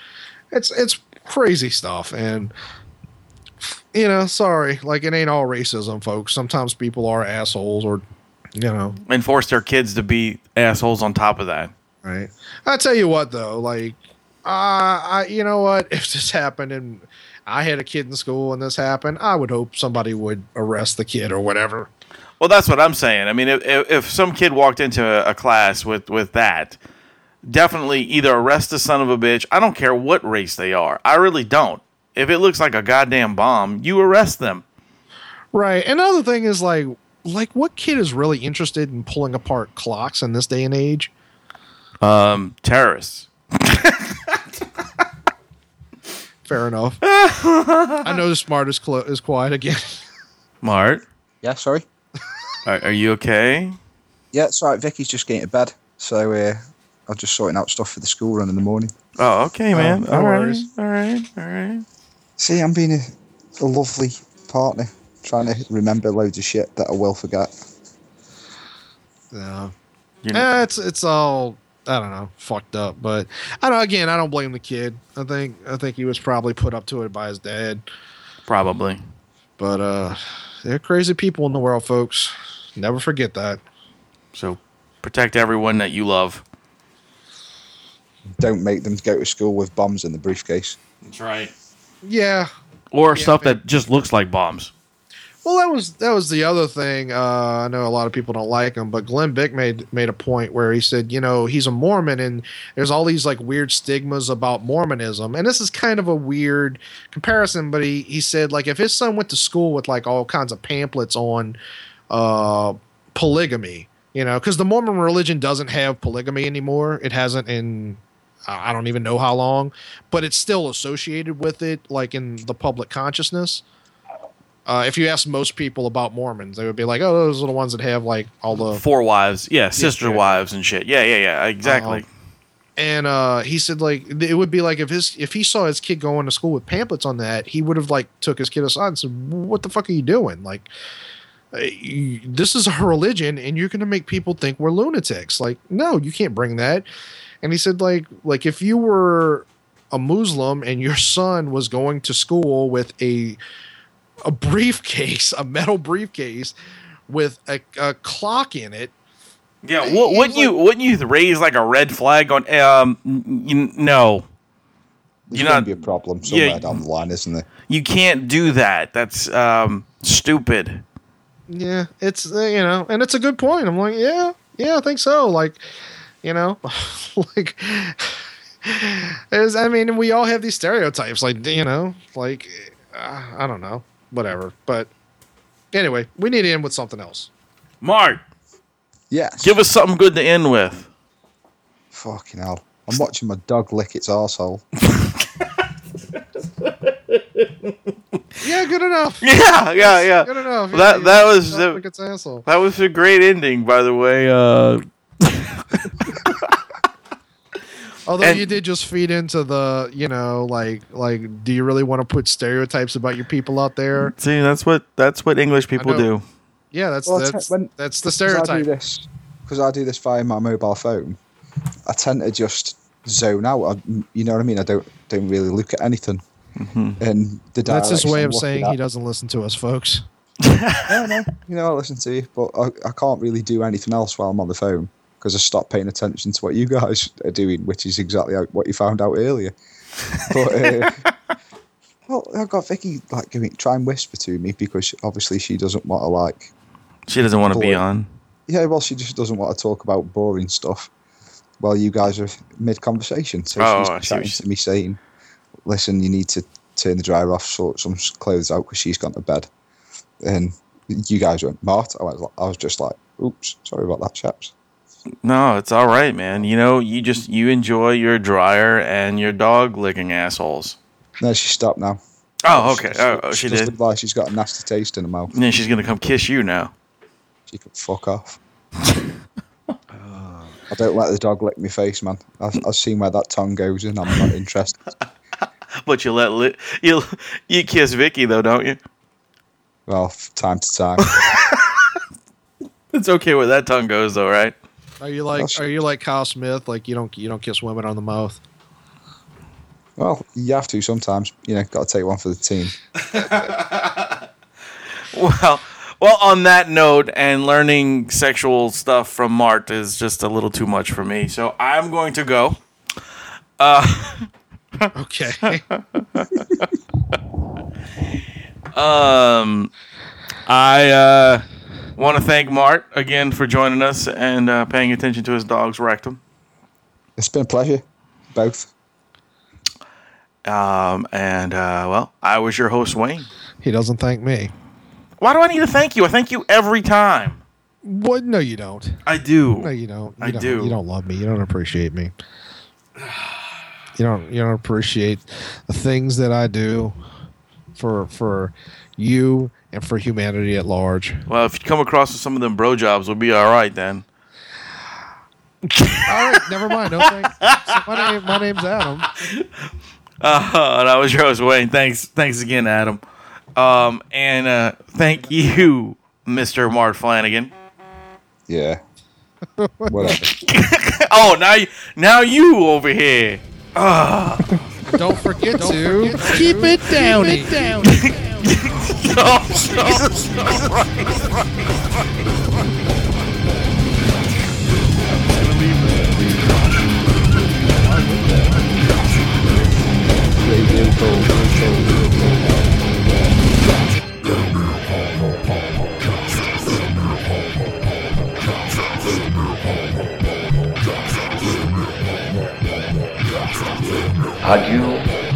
It's it's crazy stuff, and you know, sorry, like it ain't all racism, folks. Sometimes people are assholes, or you know,
And force their kids to be assholes on top of that.
right? I tell you what, though, like, uh, I you know what, (laughs) if this happened and I had a kid in school and this happened, I would hope somebody would arrest the kid or whatever.
Well, that's what I'm saying. I mean, if, if if some kid walked into a, a class with, with that, definitely either arrest the son of a bitch. I don't care what race they are. I really don't. If it looks like a goddamn bomb, you arrest them.
Right. And another thing is like like what kid is really interested in pulling apart clocks in this day and age?
Um, terrorists.
Fair enough. I know the smart is, clo- is quiet again. (laughs)
Mart,
Yeah, sorry.
are, are you okay?
Yeah, it's all right. Vicky's just getting to bed, so uh, I'm just sorting out stuff for the school run in the morning.
Oh, okay, man.
no
all right,
worries.
all right, all right.
See, I'm being a, a lovely partner, trying to remember loads of shit that I will forget.
No.
You're-
Eh, it's it's all I don't know, fucked up. But I don't. Again, I don't blame the kid. I think I think he was probably put up to it by his dad.
Probably.
But uh, they're crazy people in the world, folks. Never forget that.
So protect everyone that you love.
Don't make them go to school with bombs in the briefcase.
That's right.
Yeah.
Or stuff that just looks like bombs.
Well, that was that was the other thing. Uh, I know a lot of people don't like him, but Glenn Beck made made a point where he said, you know, he's a Mormon, and there's all these like weird stigmas about Mormonism, and this is kind of a weird comparison. But he he said like if his son went to school with like all kinds of pamphlets on uh, polygamy, you know, because the Mormon religion doesn't have polygamy anymore. It hasn't in I I don't even know how long, but it's still associated with it, like in the public consciousness uh, if you ask most people about Mormons, they would be like, "Oh, those are the ones that have like all the."
Four wives. Yeah, sister
yeah.
wives and shit. Yeah, yeah, yeah. Exactly.
And uh, he said like it would be like if his if he saw his kid going to school with pamphlets on that, he would have like took his kid aside and said, "What the fuck are you doing? Like, uh, you, this is our religion, and you're going to make people think we're lunatics. Like, no, you can't bring that." And he said like like if you were a Muslim and your son was going to school with a a (laughs) briefcase, a metal briefcase with a, a clock in it.
yeah. wou- wouldn't you wouldn't you raise like a red flag on? Um, n- n- no.
There's
You're
going
not.
to be a problem
yeah,
somewhere down the line, isn't there?
You can't do that. That's um stupid.
Yeah, it's uh, you know, and it's a good point. I'm like, yeah, yeah, I think so. Like, you know, (laughs) like there's I mean, we all have these stereotypes. Like, you know, like uh, I don't know, whatever. But anyway, we need to end with something else.
Mark,
Yes.
give us something good to end with.
Fucking hell. I'm watching my dog lick its arsehole.
Yeah, good
(laughs)
enough.
Yeah, (laughs) yeah, yeah.
Good enough.
That-
Yeah,
that
yeah,
was
sounds
the-
like it's asshole.
That was a great ending, by the way. Uh,
Although
and-
you did just feed into the, you know, like like, do you really want to put stereotypes about your people out there?
see, that's what that's what English people
know.
do.
Yeah, that's
Well, it's-
that's
when-
that's the
Because I do
stereotype.
this because I do this via my mobile phone. I tend to just zone out. I, you know what I mean? I don't don't really look at anything. And the
That's his
direction
way
I'm
of
looking
saying
at-
he doesn't listen to us, folks.
No, no. You know, I listen to you, but I, I can't really do anything else while I'm on the phone because I stop paying attention to what you guys are doing, which is exactly how- what you found out earlier. But, uh, well, I got Vicky like going, try and whisper to me because obviously she doesn't want to like.
She doesn't want to be
Boy.
on.
Yeah, well, she just doesn't want to talk about boring stuff while you guys are mid conversation. So
Oh, I see
she's
what
chatting
you-
to me saying, "Listen, you need to turn the dryer off, sort some s- clothes out because she's gone to bed." And you guys went, Mart. I was, I was just like, oops, sorry about that, chaps.
No, it's all right, man. You know, you just you enjoy your dryer and your dog licking assholes.
No, she stopped now.
Oh, okay. oh, oh, she,
she does
did.
look like she's got a nasty taste in her mouth.
And then she's gonna come kiss you now.
She could
(laughs)
fuck off. I don't let the dog lick my face, man. I've, I've seen where that tongue goes, and I'm not interested.
But you let li- you you kiss Vicky though, don't you?
Well, f- time to time.
It's okay where that tongue goes though, right?
Are you like are you like Kyle Smith? Like you don't you don't kiss women on the mouth?
well, you have to sometimes. You know, got to take one for the team.
Well, well, on that note, and learning sexual stuff from Mart is just a little too much for me. So I'm going to go. (laughs)
Okay.
Um, I uh, want to thank Mart again for joining us and uh, paying attention to his dog's rectum.
It's been a pleasure, both.
Um, and uh, well, I was your host, Wayne.
he doesn't thank me.
Why do I need to thank you? I thank you every time.
What? No, you don't.
I do.
No, you don't. You
I
don't,
do.
You don't love me. You don't appreciate me. You don't. You don't appreciate the things that I do for for you and for humanity at large.
Well, if you come across with some of them bro jobs, we'll be all right then.
All right, never mind. No thanks. So my, name, my name's Adam.
Uh, and I was your host, Wayne. Thanks, thanks again, Adam. Um, and uh, thank you, Mister Mart Flanagan. (laughs)
Yeah. Whatever.
Oh, now you, now you over here. (laughs)
Don't forget to keep it down. Keep it down.
Oh, Jesus.
Adieu,